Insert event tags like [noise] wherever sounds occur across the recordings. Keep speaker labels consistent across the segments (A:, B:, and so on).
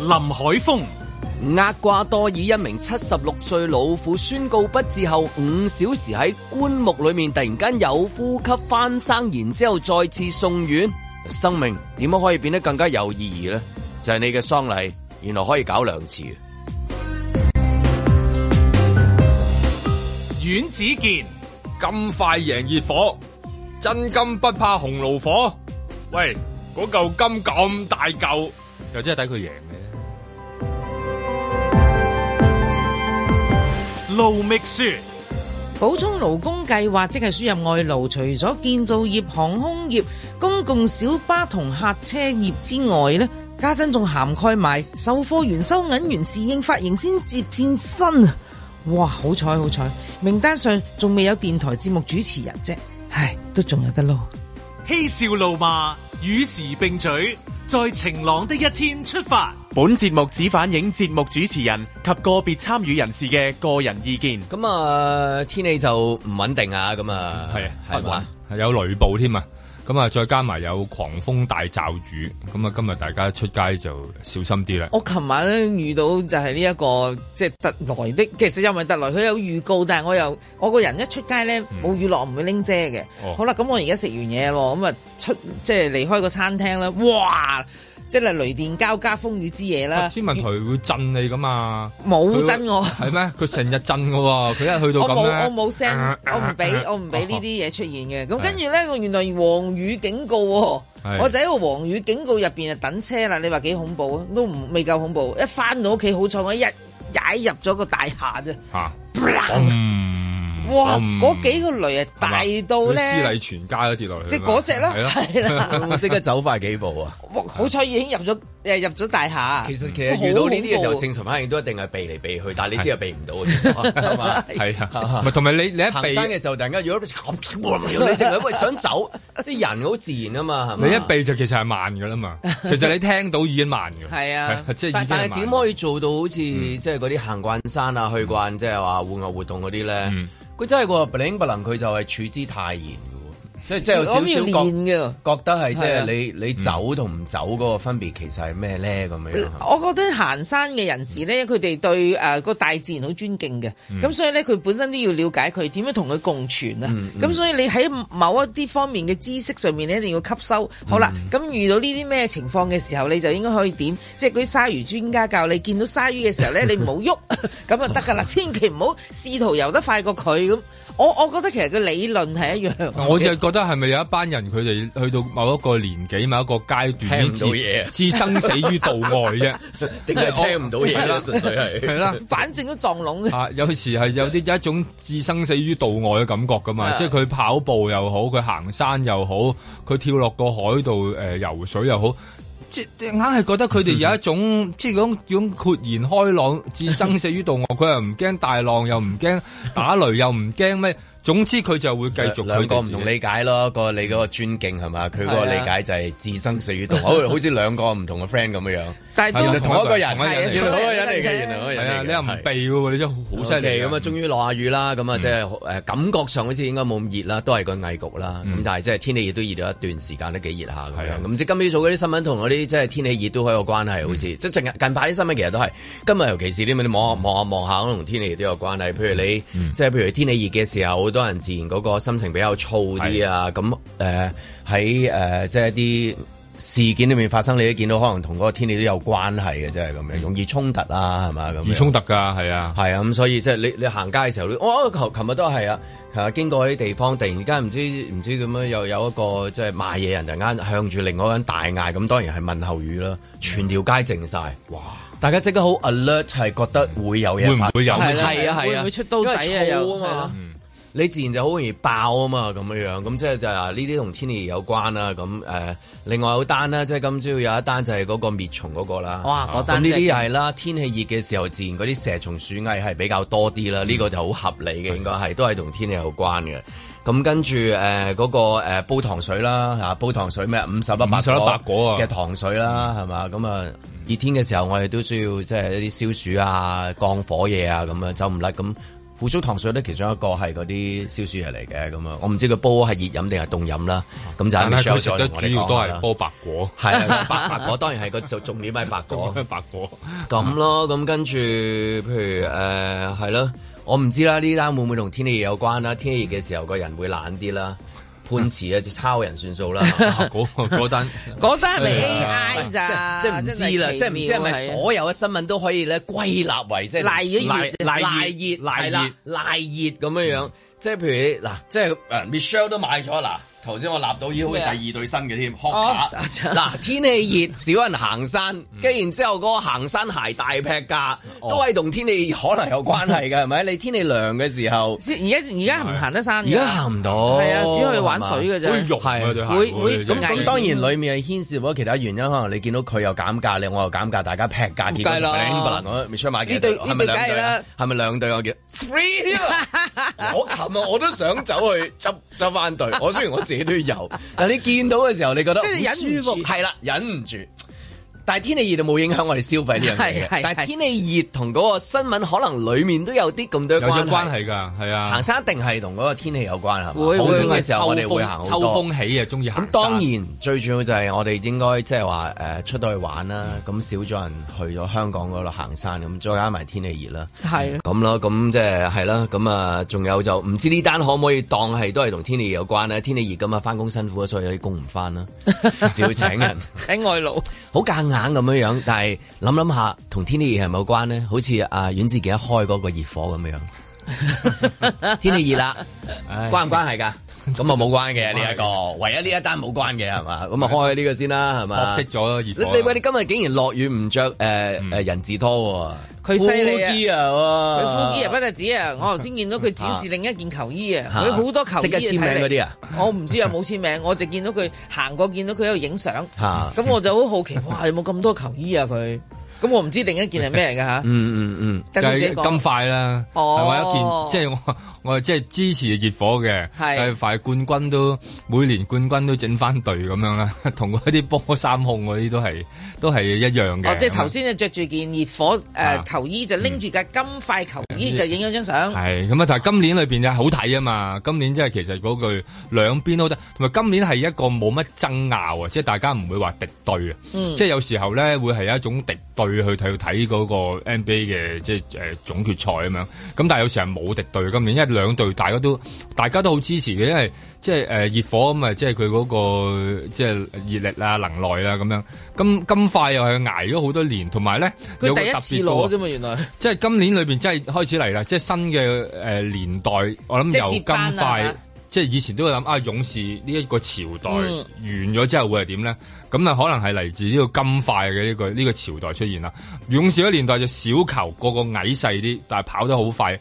A: 林海峰、
B: 厄瓜多爾一名七十六歲老婦宣告不治後五小時喺棺木裏面突然間有呼吸翻生，然之後再次送院。生命點樣可以變得更加有意義呢？就係、你嘅喪禮原來可以搞兩次。
A: 阮子健、
C: 咁快贏熱火，真金不怕紅爐火。喂，嗰嚿金咁大嚿，又真係抵佢贏嘅。
A: 盧覓雪、
D: 補充勞工計劃即係輸入外勞，除咗建造業、航空業、公共小巴同客車業之外呢家陣仲涵蓋埋售貨員、收銀員、侍應、髮型先接戰身啊！哇，好彩好彩，名單上仲未有電台節目主持人啫，唉，都仲有得撈。
A: 嬉笑怒罵，與時並舉，在晴朗的一天出發。
E: 本節目只反映節目主持人及個別參與人士嘅個人意見。
B: 咁啊，天氣就唔穩定啊，咁啊，
C: 係
B: 係嘛？
C: 係有雷暴添啊！咁啊，再加埋有狂風大驟雨，咁啊，今日大家出街就小心啲啦。
B: 哦
D: 我琴晚咧遇到就係呢一個即係特來的，其實又唔係特來，佢有預告，但係我又我個人一出街咧冇雨落唔會拎遮嘅。
C: 哦
D: 好啦，咁我而家食完嘢咯，咁啊出即係離開個餐廳啦，哇！即係雷電交加風雨之夜啦，
C: 啊天文台會震你噶嘛？
D: 冇真我，
C: 係咩？佢成日震噶喎，佢一去到
D: 我
C: 咁
D: 冇
C: 咧啊
D: 我冇聲，我唔俾我唔俾呢
C: 哦
D: 啲嘢出現嘅。咁跟住咧，我原來黃雨警告
C: 係
D: 喎，我就喺個黃雨警告入邊啊等車啦。你話幾恐怖啊？都唔未夠恐怖，一翻到屋企好彩我一踩入咗個大廈啫。
C: 啊嚇，
D: 嗯哇！
C: 嗯
D: 嗰幾個雷啊，大到
C: 佢屍
D: 咧
C: 麗，全家都跌落嚟，
D: 即係嗰只啦， [laughs]
C: 係咯
D: 係啦。
B: 咁即刻走快幾步啊！
D: 哇好彩已經入咗誒入咗大廈。
B: [laughs] 其實其實遇到呢啲嘅時候，
D: 好恐怖
B: 正常反應都一定係避嚟避去，但係你知係避唔到 [laughs] 嘅，係嘛？
C: 係啊，咪同埋你你一
B: 行
C: 避
B: 山嘅時候，突然間如果咁，你淨係喂
C: [laughs]
B: 想走，即係人好自然啊嘛，係咪？
C: 你一避就其實係慢噶啦
D: [laughs]
C: 嘛，其實你聽到已經慢嘅，
D: 係啊
C: 即係已經
B: 但但
C: 係
B: 係點
C: 慢。嗯
B: 可以做到好似即係嗰啲行慣山啊、去慣即係話戶外活動嗰啲咧
C: 嗯？
B: 佢真係個 bling bling，佢就係處之泰然嘅喎，即係即係有少
D: 我諗要
B: 少覺
D: 練嘅。
B: 覺得係即
D: 係
B: 係
D: 啊
B: 你
C: 嗯
B: 你走同唔走嗰個分別其實係咩
C: [laughs]
B: 咧咁樣？
D: 我覺得行山嘅人士
B: 嗯
D: 咧，佢哋對誒個大自然好尊敬嘅，咁、所以咧佢本身都要了解佢點樣同佢共存啊。
B: 嗯
D: 咁、所以你喺某一啲方面嘅知識上面，你一定要吸收。
B: 嗯
D: 好啦，咁、遇到呢啲咩情況嘅時候，你就應該可以點？即係嗰啲鯊魚專家教你見到鯊魚嘅時候咧，你唔好
B: [laughs]
D: 喐，咁就得㗎啦。千祈唔好試圖游得快過佢咁。我我覺得其實個理論係一樣。
C: 我就覺得係咪有一班人佢哋去到某一個年紀、某一個階段，
B: 聽唔到嘢
C: 置置生死於度外
D: [laughs]
C: 啫，
B: 定係聽唔到嘢啦，純粹 [laughs] 係。
C: 係啦。
D: 反正都撞
C: [laughs]
D: 聾嘅。
C: 啊，有時係有啲有一種置生死於度外嘅感覺噶嘛，
B: 啊
C: 即係佢跑步又好，佢行山又好，佢跳落個海度誒、呃游水又好，即係硬係覺得佢哋有一種嗯即係嗰種種豁然開朗、置生死於度外，佢又唔驚大浪，又唔驚打雷，又唔驚咩，總之佢就會繼續佢
B: 兩個
C: 哋
B: 唔
C: 自己
B: 同理解咯，個你嗰個尊敬係嘛？佢嗰
C: 啊
B: 個理解就係置生死於度，好好似兩個唔同嘅 friend 咁樣樣。
D: 但係啊
C: 係
B: 原來
D: 都
C: 啦
B: 同一個人，啊
C: 同一個人
B: 原來同一個人嚟嘅，原來同一個
C: 係啊，
B: 人嚟嘅
C: 你又唔
B: 係
C: 避喎，你真係好犀利嗯
B: 咁啊，終於落下雨啦，咁啊，即係誒感覺上好似應該冇咁熱啦，都係個翳焗啦。咁但係即係天氣熱都熱咗一段時間，都幾熱下咁
C: 係嗯啊嗯
B: 樣。咁即係今朝早嗰啲新聞同嗰啲即係天氣熱都好有關係，好似即係近近排啲新聞其實都係今日，尤其是啲你
C: 嗯
B: 望下望下望下，可能同天氣熱都有關係。譬如你即係譬如天氣熱嘅時候，好多人自然嗰個心情比較燥啲啊。咁誒喺誒即係一啲。事件裏面發生，你都見到可能同嗰個天氣都有關係嘅，即係咁
C: 嗯
B: 樣，容易衝突啊，係嘛咁樣。
C: 易衝突㗎，係啊。
B: 係啊，咁所以即係你你行街嘅時候，你我我琴日都係啊，係啊，經過啲地方，突然間唔知唔知咁樣又有一個即係賣嘢人，突然間向住另外一個人大嗌，咁當然係問候語啦，全條街靜晒，
C: 哇！
B: 大家即刻好 alert，係覺得會有嘢
C: 會唔
B: 發
C: 會有
B: 生
C: 係
D: 啦
B: 係啊係
D: 會
B: 啊，
D: 唔會出刀仔啊
B: 因為
D: 又
B: 燥
D: 係
B: 嘛嗯
D: 咯。
B: 你自然就好容易爆啊嘛，咁樣樣，咁即係就係呢啲同天氣有關啦。咁誒、呃另外有單啦，即係今朝有一單就係嗰個滅蟲嗰個啦。啊
D: 哇嗰單
B: 咁呢啲
D: 真係
B: 又係啦，天氣熱嘅時候，自然嗰啲蛇蟲鼠蟻係比較多啲啦。呢、個就好合理
C: 嗯
B: 嘅，應該係都係同天氣有關嘅。咁跟住誒嗰個、呃、煲糖水啦嚇，煲糖水咩五十粒白
C: 50粒白果啊
B: 嘅糖水啦，係嘛？咁啊，熱天嘅時候，我哋都需要即係一啲消暑啊、降火嘢啊咁樣走唔甩。咁腐竹糖水咧，其中一個係嗰啲消暑藥嚟嘅咁啊，我唔知佢煲係熱飲定係凍飲啦。咁就
C: 嗯但係佢
B: Michelle
C: 食
B: 再
C: 得
B: 同我
C: 主
B: 哋
C: 要都
B: 講下
C: 係
B: 啦。
C: 波白果， [laughs]
B: 係啊，白白果當然係個就重點係白果。
C: 白果。 [laughs]
B: 咁咯，咁跟住，譬如誒係咯，我唔知啦，呢單會唔會同天氣有關啦？天氣熱嘅時候個人會懶啲啦，判詞啊，就抄人算數啦，
C: 嗰嗰單
D: 嗰單係咪
C: 係啊
D: AI 咋？
B: 哎即係唔知啦，即係唔知係
D: 啊
B: 咪所有嘅新聞都可以咧歸納為即係
D: 賴咗熱
C: 賴
B: 賴熱
C: 熱賴熱
B: 賴熱賴熱咁樣樣，即係譬如你嗱，即係誒 Michelle 都買咗嗱。頭先我立到已好似第二對新嘅添，殼
D: 哦嗯
B: 架嗱天氣熱少人行山，跟然之後嗰個行山鞋大劈價，
D: 哦
B: 都係同天氣可能有關係嘅，係咪？你天氣涼嘅時候，
D: 即而家而家唔行得山
B: 而
D: 㗎
B: 家行唔到，
D: 係啊，只可以玩水
B: 嘅。
D: 嘅
C: 會
D: 啫。
C: 肉啊對鞋
B: 會
D: 會
B: 咁
D: 咁
B: 咁
D: 危
B: 當然裡面係牽涉咗其他原因，可能你見到佢又減價，你我又減價，大家劈價，結果
D: 梗係啦
B: 唔能 m i c h 買幾
D: 呢對
B: 對，係咪兩對
D: 呢對梗係
B: 啊
D: 啦？
B: 係咪兩對
D: [laughs]
B: 我見 three [laughs] 啊我琴日我都想走去執執翻對，我雖然我自己都
D: [laughs]
B: 有，但你見到嘅時候，你覺得
D: 即係
B: 好
D: 忍唔
B: 舒服
D: 住
B: 係啦，忍唔住。但係天氣熱就冇影響我哋消費呢樣嘢嘅，
D: 係係係
B: 但係天氣熱同嗰個新聞可能裡面都有啲咁多
C: 有咗
B: 關
C: 關
B: 係。
C: 係㗎，係啊。
B: 行山一定係同嗰個天氣有關係嘛？
D: 會
B: 好
D: 會
B: 天
D: 會
B: 嘅時候，我哋會行好
C: 秋
B: 多。
C: 風起啊，中意行
B: 咁
C: 山。
B: 當然最主要就係我哋應該即係話誒出到去玩啦，咁少咗人去咗香港嗰度行山，咁再加埋天氣熱啦，
D: 係
B: 咁咯，咁即係係啦，咁啊，仲有就唔知呢單可唔可以當係都係同天氣有關咧？天氣熱咁啊，翻工辛苦啊，所以有啲工唔翻啦，就要請人，
D: 請外勞，
B: [laughs] 好夾硬咁樣樣，但係諗諗下同天氣熱係咪有關咧？好似阿阮志健一開嗰個熱火咁樣，天氣熱啦。
C: 唉
B: 關唔
C: [laughs]
B: 關係㗎？咁啊冇關嘅呢一個，唯一呢一單冇關嘅係嘛？咁啊開呢個先啦係嘛？
C: 學識嗯咗
B: 你
C: 熱火。
B: 啊你喂你今日竟然落雨唔着誒誒人字拖喎，
D: 佢犀利啊
B: 啊！
D: 佢呼衣啊，不特止啊！我頭先見到佢展示另一件球衣啊，佢好多球衣啊
B: 即刻簽名嗰啲啊，
D: 睇嚟我唔知有冇簽名，我就見到佢行過，見到佢喺度影相。
B: 嚇
D: 咁我就好好奇，哇！有冇咁多球衣啊？佢咁我唔知另一件係咩嚟㗎
B: [laughs]
D: 吓，
B: 嗯嗯嗯，
D: 等
C: 就
D: 佢自
C: 係
D: 己講
C: 咁。快啦，
D: 哦
C: 係咪一件？即係我 [laughs] 我即係支持熱火嘅，
D: 係
C: 但係快冠軍都每年冠軍都整翻隊咁樣啦， [laughs] 同嗰啲波衫控嗰啲都係都係一樣嘅。
D: 哦，即係頭先就着住件熱火
C: 啊
D: 誒球衣，就拎住架金塊球衣
C: 嗯
D: 就影咗張相。
C: 係咁啊！但係今年裏邊就好睇啊嘛，今年即係其實嗰句兩邊都得，同埋今年係一個冇乜爭拗啊，即係大家唔會話敵對啊，
D: 嗯
C: 即係有時候咧會係一種敵對去睇睇嗰個 NBA 嘅即係誒、呃、總決賽咁樣，咁但係有時候冇敵對今年，因為兩隊大家都大家都好支持嘅，因為即係誒、呃、熱火咁啊，即係佢嗰個即係熱力啊、能耐啊咁樣，咁咁快又係捱咗好多年，同埋咧
D: 佢
C: 有個
D: 第一
C: 特別
D: 次
C: 嘅喎
D: 攞啫
B: [laughs]
D: 嘛，原來
C: 即係今年裏邊真係開始嚟啦，即係新嘅誒、呃年代，我諗
D: 即係
C: 由
D: 接
C: 金
D: 班啦啊係
C: 塊
D: 嘛，
C: 即係以前都會諗啊勇士呢一個朝代、
D: 嗯
C: 完咗之後會係點咧？咁啊，可能係嚟自呢個金塊嘅呢個呢、個朝代出現啦。勇士嗰年代就小球，個個矮細啲，但係跑得好快。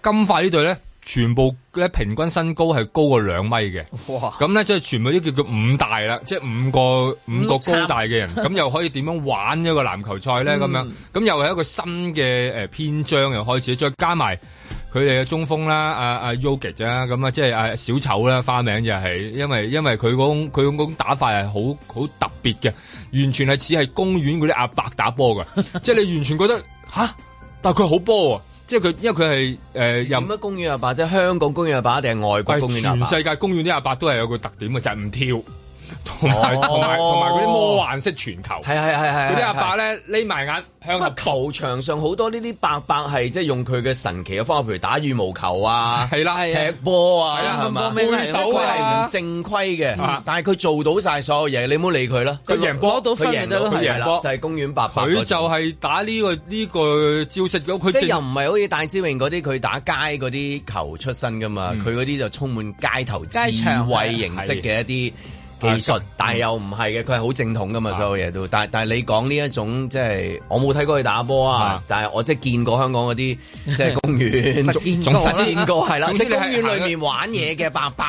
C: 金塊呢隊咧，全部咧平均身高係高過兩米嘅。
D: 哇！
C: 咁咧即係全部都叫做五大啦，即係五個五個高大嘅 [laughs] 人，咁又可以點樣玩一個籃球賽咧？咁樣咁又係一個新嘅誒呃篇章又開始，再加埋佢哋嘅中鋒啦，啊阿阿 Yogi 啦，咁啊即係阿小丑啦，花名就係因為因為佢嗰種佢嗰種打法係好好特別嘅，完全係似係公園嗰啲阿伯打波 [laughs] 嘅，即係你完全覺得吓，但係佢好波喎，即係佢因為佢係誒呃
B: 有
C: 又。
B: 乜公園阿啊爸？即係香港公園阿啊爸定係外國公園阿
C: 全
B: 爸？
C: 世界公園啲阿伯都係有個特點嘅，就係唔跳，同埋
B: 哦
C: 同埋同埋嗰啲魔幻式傳球，
B: 係係係係
C: 嗰啲阿
B: 係
C: 伯咧匿埋眼向後
B: [laughs] 咁啊，球場上好多呢啲伯伯係即係用佢嘅神奇嘅方法，譬如打羽毛球啊，
C: 係啦，
B: 踢波啊，
C: 係啊
B: 係嘛？
D: 咁多咩
B: 手
D: 手
B: 係
C: 啊
B: 唔正規嘅
C: 啊，
B: 但係佢做到晒所有嘢，你唔好理佢啦。
C: 佢贏波
D: 攞到分咪得咯
B: 佢
C: 佢
B: 贏
C: 贏
B: 波
C: 波
B: 就係公園八百嗰種，
C: 佢就係打呢個呢個招式咗，佢
B: 即係
C: 正
B: 又唔係好似戴之穎嗰啲，佢打街嗰啲球出身噶
C: 嗯
B: 嘛，佢嗰啲就充滿街頭智
D: 街場
B: 慧形式嘅一啲
C: 啊
B: 技
C: 嗯
B: 術，但係又唔係嘅，佢係好正統噶嘛，所有嘢都。但係但係你講呢一種即係我冇睇過佢打波啊
C: 啊，
B: 但係我即係見過香港
C: [laughs]
B: 嗰啲即係公園
D: 實見過啦
B: 實見過係啦，
C: 總
B: 即
C: 之
B: 係
C: 你係
B: 公園裏面玩嘢嘅伯伯，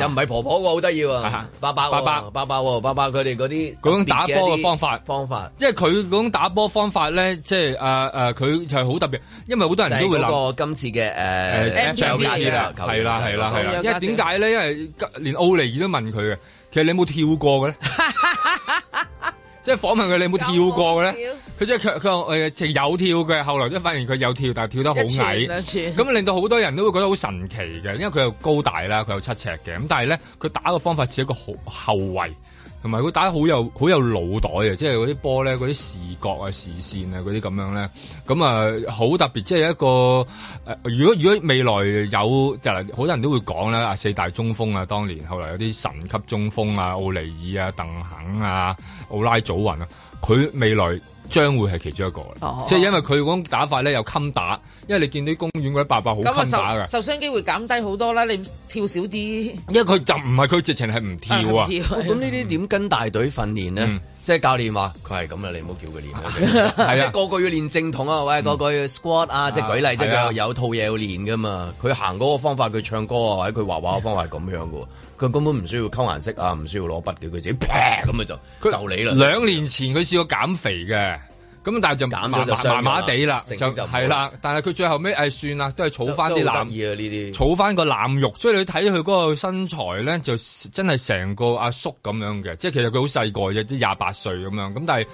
B: 又唔係婆婆喎，好得意喎
C: 啊，
B: 伯伯喎
C: 伯伯
B: 伯伯喎伯伯佢哋嗰啲
C: 嗰種打波嘅
B: 特別一啲
C: 方法
B: 方法。
C: 因為佢嗰種打波方法咧，即係誒誒，佢就係好特別，因為好多
B: 就
C: 人
B: 係
C: 都會諗。
B: 嗰個今次嘅
C: 啊
B: 呃誒
C: 誒
D: MVP
C: 啦，係
B: 啊
C: 啦啊係啦係啦，因為點解 [laughs] 咧？因為連奧尼爾都問佢嘅，其實你有冇跳過嘅咧？即係訪問佢你有啊冇跳過嘅咧
D: 有冇？
C: 佢即係佢佢話誒就有跳嘅，後來即係發現佢有跳，但係跳得
D: 一
C: 好 [laughs]
D: 寸
C: 矮，
D: 兩
B: 啊
D: 寸
C: 咁令到好多人都會覺得好神奇嘅，因為佢又高大啦，佢有七尺嘅，咁但係咧佢打嘅方法似一個好後衞。同埋佢打得好有好有腦袋啊！即係嗰啲波咧，嗰啲視覺啊、視線啊嗰啲咁樣咧，咁啊好特別，即係一個誒、呃如果如果未來有就係好多人都會講啦，啊四大中鋒啊，當年後來有啲神級中鋒啊，奧尼爾啊、鄧肯啊、奧拉祖雲啊，佢未來。將會係其中一個啦，
D: 哦
C: 即係因為佢嗰種打法咧有襟打，因為你見到啲公園嗰啲伯伯好
D: 咁
C: 襟打
D: 啊
C: 㗎，
D: 受受傷機會減低好多啦，你跳少啲
C: 因為佢就唔係佢直情係唔
D: [laughs]
C: 跳啊，
B: [laughs] 咁呢啲點跟大隊訓練咧？即係教練話佢係咁啦，你唔好叫佢練啦。即
C: 嗯 [laughs] 係
B: 係
C: 啊，
B: 個個要練正統啊，喂，個個要 squat 啊，即係舉例，即係
C: 係
B: 佢
C: 啊
B: 有有套嘢要練噶嘛。佢行嗰個方法，佢唱歌啊，或者佢畫畫嘅方法係咁樣噶。佢根本唔需要溝顏色啊，唔需要攞筆嘅，佢自己劈咁啊就
C: 佢
B: 就你啦。
C: 兩年前佢試過減肥嘅，咁但係就
B: 減
C: 麻
B: 咗就
C: 麻
B: 傷咗
C: 麻
B: 啦
C: 麻地啦，
B: 成績
C: 就
B: 就唔好
C: 係啦。但係佢最後尾誒算啦，都係儲翻啲
B: 真係好得
C: 腩，
B: 意啊呢啲。
C: 儲翻個腩肉。所以你睇佢嗰個身材咧，就真係成個阿叔咁樣嘅，即係其實佢好細個嘅，即係廿八歲咁樣。咁但係。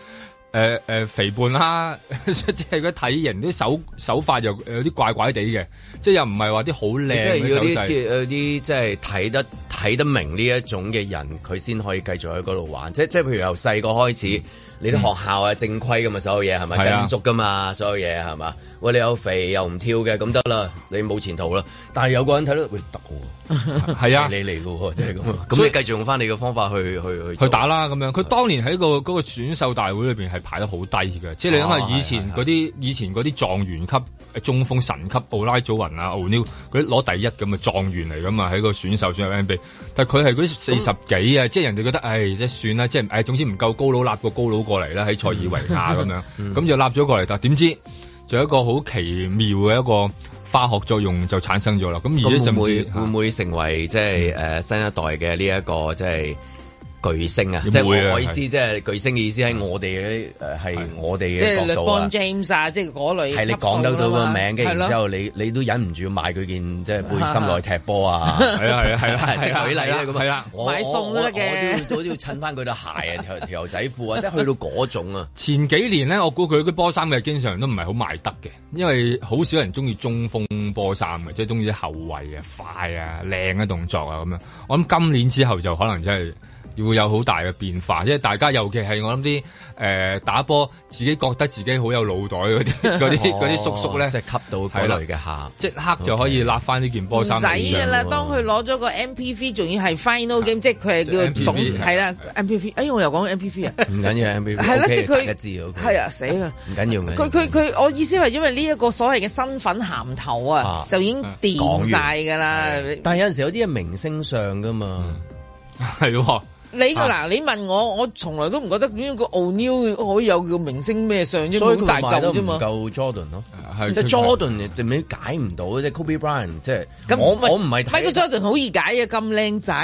C: 誒誒、呃肥胖啦， [laughs] 即係佢體型啲手手法又有啲怪怪地嘅，即係又唔係話啲好
B: 即
C: 靚
B: 係
C: 嘅
B: 要
C: 手
B: 啲
C: 勢。
B: 即係有啲即係睇得睇得明呢一種嘅人，佢先可以繼續喺嗰度玩。即即係譬如由細個開始，你啲學校啊正規噶嘛，所有嘢係咪
C: 嗯係啊
B: 跟足噶嘛，所有嘢係嘛？喂，你有肥又唔跳嘅咁得啦，你冇前途啦。但係有個人睇到喂得喎，
C: 係啊
B: 係，你嚟嘅喎，即係咁啊。咁
C: 所
B: 你
C: 以
B: 繼續用翻你嘅方法去去去
C: 去打啦咁樣。佢當年喺個嗰個選秀大會裏邊係排得好低嘅，即係你諗
B: 哦
C: 下以前嗰啲以前嗰啲狀元級誒中鋒神級奧拉祖雲啊、奧尼爾嗰啲攞第一咁嘅狀元嚟噶嘛，喺個選秀選入 NBA，但係佢係嗰啲四十幾啊，即係人哋覺得唉，即係算啦，即係誒總之唔夠高佬立個高佬過嚟啦，喺塞爾維亞
B: [laughs]
C: 咁樣，
B: 嗯
C: 咁就立咗過嚟，但係點知就有一個好奇妙嘅一個化學作用就產生咗啦，咁而且
B: 咁
C: 甚
B: 會唔會
C: 至
B: 會唔會成為即係誒新一代嘅呢一個即係巨星啊？
C: 會
B: 即係
C: 啊
B: 我我意
C: 係
B: 思，即係巨星嘅意思喺我哋嘅誒係我哋
D: 即係
B: 嘅角度啊
D: LeBron。James 啊，即係嗰類
B: 係你講得到個名，跟住然之後你你都忍唔住要買佢件即係背
D: [laughs]
B: 心落去踢波啊！
C: 係啊係啊係啊
B: 即係
C: 係啊
B: 舉例啦咁啊
C: 係啊
B: 我
D: 買餸
B: 我
D: 都得
B: 我
D: 嘅
B: 我都要我都要襯翻佢對鞋
D: [laughs]
B: 啊，條條牛仔褲啊，即係去到嗰種啊！
C: 前幾年咧，我估佢啲波衫嘅經常都唔係好賣得嘅，因為好少人中意中鋒波衫嘅，即係中意啲後衞啊、快啊、靚嘅動作啊咁樣。我諗今年之後就可能真係會有好大嘅變化，因為大家尤其係我諗啲誒打波自己覺得自己好有腦袋嗰啲 [laughs] 嗰啲嗰啲叔叔咧
B: 哦，即係吸到嗰類嘅下。
D: [laughs]
C: 即刻就可以揦翻呢件波
D: 唔使
C: 衫嚟
D: 㗎
C: 着。
D: 啦，當佢攞咗個 MPV，仲要係 final game，即係佢
C: 即係
D: 係叫總
C: MPV
D: 係啦 MPV。哎，我又講
B: [laughs]
D: MPV 啊，
B: 唔緊要，MVP
D: 係啦，即係
B: OK，大家
D: 佢
B: 知啊，
D: 係啊，死啦！
B: 唔緊要嘅。
D: 佢佢佢，我意思係因為呢一個所謂嘅身份銜頭
B: 啊
D: 啊，就已經掂晒㗎啦。
B: 但係有陣時有啲係明星上噶嘛，
D: 嗯
C: 係喎，
D: 你嗱，你問我，我從來都唔覺得邊個 O'Neal 可以有個明星咩上啫，
B: 所以
D: 好
B: 佢
D: 大
B: 賣得
D: 嚿啫
B: 唔
D: 嘛。啊
B: 夠 Jordan 咯。
C: 係
B: 即係
C: 佢
B: Jordan 就你解唔到，即係 Kobe Bryant 即係。
D: 咁
B: 我我唔係睇
D: Michael Jordan 好易解嘅，咁靚仔，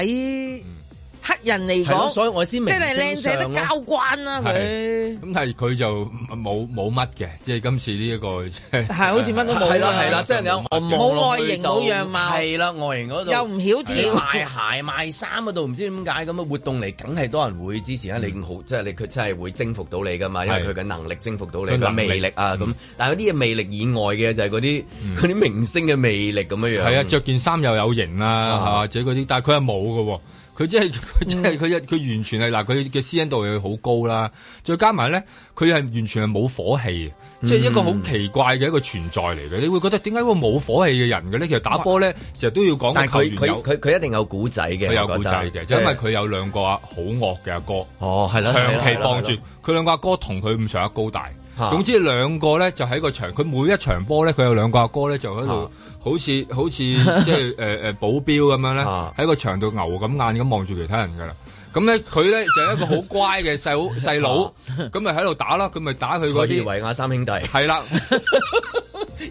D: 黑人嚟
B: 係咯
D: 講，
B: 所以我先明
D: 即係靚仔得
B: 正常咯
D: 交關啦佢
C: 係。咁但係佢就冇冇乜嘅，即係今次呢一個即係
D: 係好似乜都冇
B: 係
D: 啦
B: 啦係啦，即係有我望
D: 冇
B: 落去
D: 外形
B: 就
D: 冇樣貌
B: 係啦外形嗰度
D: 又唔曉跳
B: 係啦賣鞋賣衫嗰度唔知點解咁啊嘅活動嚟，梗係多人會支持啦。啊你
D: 嗯
B: 好即係你佢真係會征服到你噶嘛，因為
C: 係
B: 佢嘅能力征服到你
C: 佢
B: 嘅
C: 能力
B: 魅力啊
D: 嗯
B: 咁。但係有啲嘢魅力以外嘅就係嗰啲嗰啲明星嘅啊魅力咁樣樣。
C: 係啊，着件衫又有型啦，係嘛，即嗰啲，但係佢係冇嘅喎。佢即係佢即
B: 嗯
C: 係佢佢完全係嗱，佢嘅私隱度又好高啦，再加埋咧，佢係完全係冇火氣嘅，即係一
B: 嗯
C: 個好奇怪嘅一個存在嚟嘅。你會覺得點解會冇火氣嘅人嘅咧？其實打波咧，成日都要講
B: 但
C: 個球
B: 係
C: 員
B: 佢
C: 有
B: 佢佢佢一定有古仔嘅，
C: 佢有
B: 我覺
C: 故
B: 得
C: 仔嘅，就因為佢有兩個啊好惡嘅阿哥。
B: 哦 [laughs] 係啦，
C: 長
B: 係啦
C: 期
B: 係啦
C: 傍
B: 係
C: 住
B: 啦
C: 佢兩個阿哥同佢咁上下高大
B: 嚇。
C: 總之兩個咧就喺個場，佢每一場波咧，佢有兩個阿哥咧就喺
B: 嚇
C: 度，好似好似 [laughs] 即係誒誒保鏢咁樣咧
B: 嚇，
C: 喺個場度牛咁眼咁望住其他人㗎啦。咁咧佢咧就係一個好乖嘅
B: [laughs]
C: 細佬細佬，咁咪喺度打啦，佢咪打佢嗰 [laughs]
B: 塞
C: 啲
B: 爾維亞三兄弟。
C: 係啦，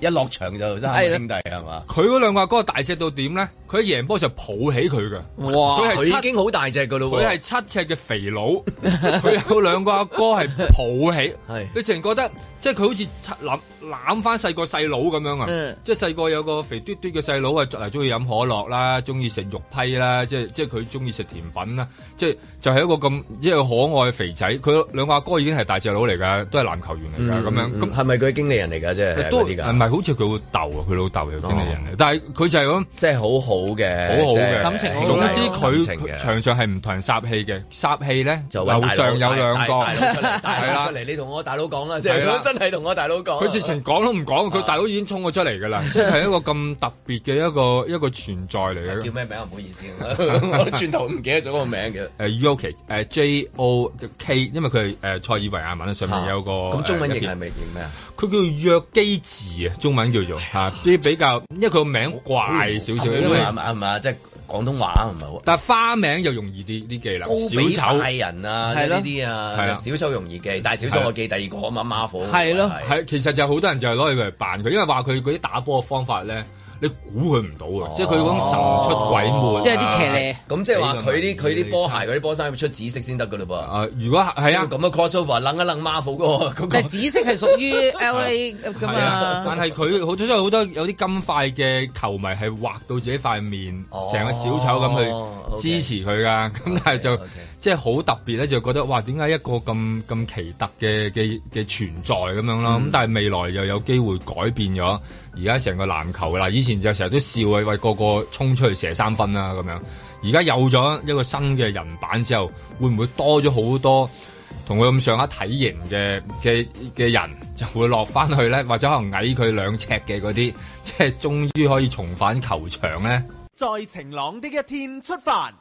B: 一落場就真
C: 係
B: 係
C: 啦
B: 兄弟係嘛？
C: 佢嗰兩個阿哥大隻到點咧？佢一贏波就抱起佢嘅，
B: 哇！
C: 佢係
B: 佢
C: 七
B: 已經好大隻噶咯
C: 佢
B: 喎
C: 係，七尺嘅肥佬，佢有兩個阿哥係抱起
B: 係，
C: 你成覺得即係佢好似攬攬翻細個細佬咁樣啊
D: 嗯！
C: 即係細個有個肥嘟嘟嘅細佬啊，嚟中意飲可樂啦，中意食肉批啦，即係即係佢中意食甜品啦，即係就係一個咁一個可愛嘅肥仔。佢兩個阿哥已經係大隻佬嚟㗎，都係籃球員嚟㗎咁樣
B: 嗯
C: 咁。
B: 係咪佢經理人嚟㗎？即係
C: 都嗯
B: 嗰
C: 唔
B: 啲
C: 係
B: 㗎，
C: 好似佢老豆啊，佢老豆又經理人嚟，但係佢就係咁。
B: 即係好好嘅，
C: 好好
B: 即
C: 嘅
B: 係
D: 感情好
C: 總
D: 好
C: 之
B: 感情
C: 佢
B: 嘅
C: 場上係唔同人殺氣嘅，殺氣咧
B: 就揾
C: 樓
B: 大佬
C: 上有兩
B: 大
C: 個，
B: 大佬出
C: [laughs]
B: 嚟，大
C: 係
B: 佬
C: 啦
B: 出，嚟，你同我大佬講啦，即係
C: 係啦
B: 佢真係同我大佬講。
C: 佢直情講都唔講，
B: 啊
C: 佢大佬已經衝咗出嚟㗎
B: [laughs]
C: 啦，即係一個咁特別嘅一個一個存在嚟
B: 叫
C: 嘅。
B: 咩名啊？唔好意思，我都轉頭唔記得咗個名嘅。
C: 誒 U O K 誒 J O K，因為佢係誒塞爾維亞文啊上面有個
B: 啊咁中文
C: 哦誒一
B: 譯
C: 片
B: 係咪譯咩啊？
C: 佢叫約基治啊，中文叫
B: [laughs]
C: 做嚇啲比較，因為佢個名怪少
B: 啊
C: 少，因為
B: 係嘛係嘛，即係廣東話唔係好。
C: 但係花名又容易啲啲記啦，
B: 高
C: 小
B: 比
C: 丑
B: 拜。人啊，呢
D: 係咯
C: 係
B: 啲啊
C: 啊，
B: 小丑容易記，但係小
C: 係
B: 丑
C: 啊
B: 我記第二個啊嘛，Marvel
D: 係咯
B: 係
C: 係，其實就好多人就係攞佢嚟扮佢，因為話佢嗰啲打波嘅方法咧，你估佢唔
B: 哦
C: 到啊！即係佢嗰種神出鬼沒啊，
D: 即係啲騎呢。
B: 咁即係話佢啲佢啲波鞋嗰啲波衫要出紫色先得噶嘞噃。
C: 啊！如果係
B: 係
C: 啊
B: 啊，，咁嘅 crossover 楞一楞 Marvel 嗰啊個嗰個
D: 但係紫色係
B: [laughs]
D: 屬於 L A 噶
C: 係啊，
D: 嘛
C: 但。係佢好多好多有啲金塊嘅球迷係畫到自己塊面
B: 哦，
C: 成個小丑
B: ，OK
C: 咁去支持佢
B: 哦
C: 噶。咁但係就
B: OK
C: 即係好特別咧，就覺得哇，點解一個咁咁奇特嘅嘅嘅存在咁樣
B: 嗯
C: 啦？咁但係未來又有機會改變咗而家成個籃球啦。以前就成日都笑啊，喂個個衝出去射三分啦咁樣。而家有咗一個新嘅人版之後，會唔會多咗好多？同佢咁上下體型嘅嘅嘅人就會落翻去咧， [laughs] 或者可能矮佢兩尺嘅嗰啲，即係終於可以重返球場咧。
E: 在晴朗的一天出發。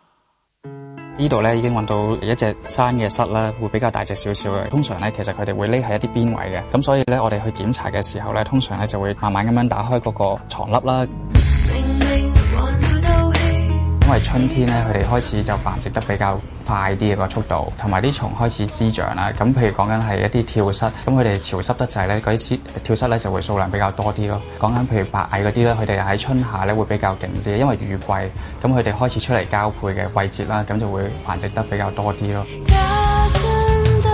F: 呢度咧已經揾到一隻山嘅蝨啦，會比較大隻少少嘅。通常咧，其實佢哋會匿喺一啲邊位嘅，咁所以咧，我哋去檢查嘅時候咧，通常咧就會慢慢咁樣打開嗰個床笠啦。
G: 明明還在鬥氣，
F: 因為春天咧，佢哋開始就繁殖得比較快啲嘅個速度，同埋啲蟲開始滋長啦。咁譬如講緊係一啲跳蚤，咁佢哋潮濕得滯咧，嗰啲跳蚤咧就會數量比較多啲咯。講緊譬如白蟻嗰啲咧，佢哋喺春夏咧會比較勁啲，因為雨季，咁佢哋開始出嚟交配嘅季節啦，咁就會繁殖得比較多啲咯。
G: 假真得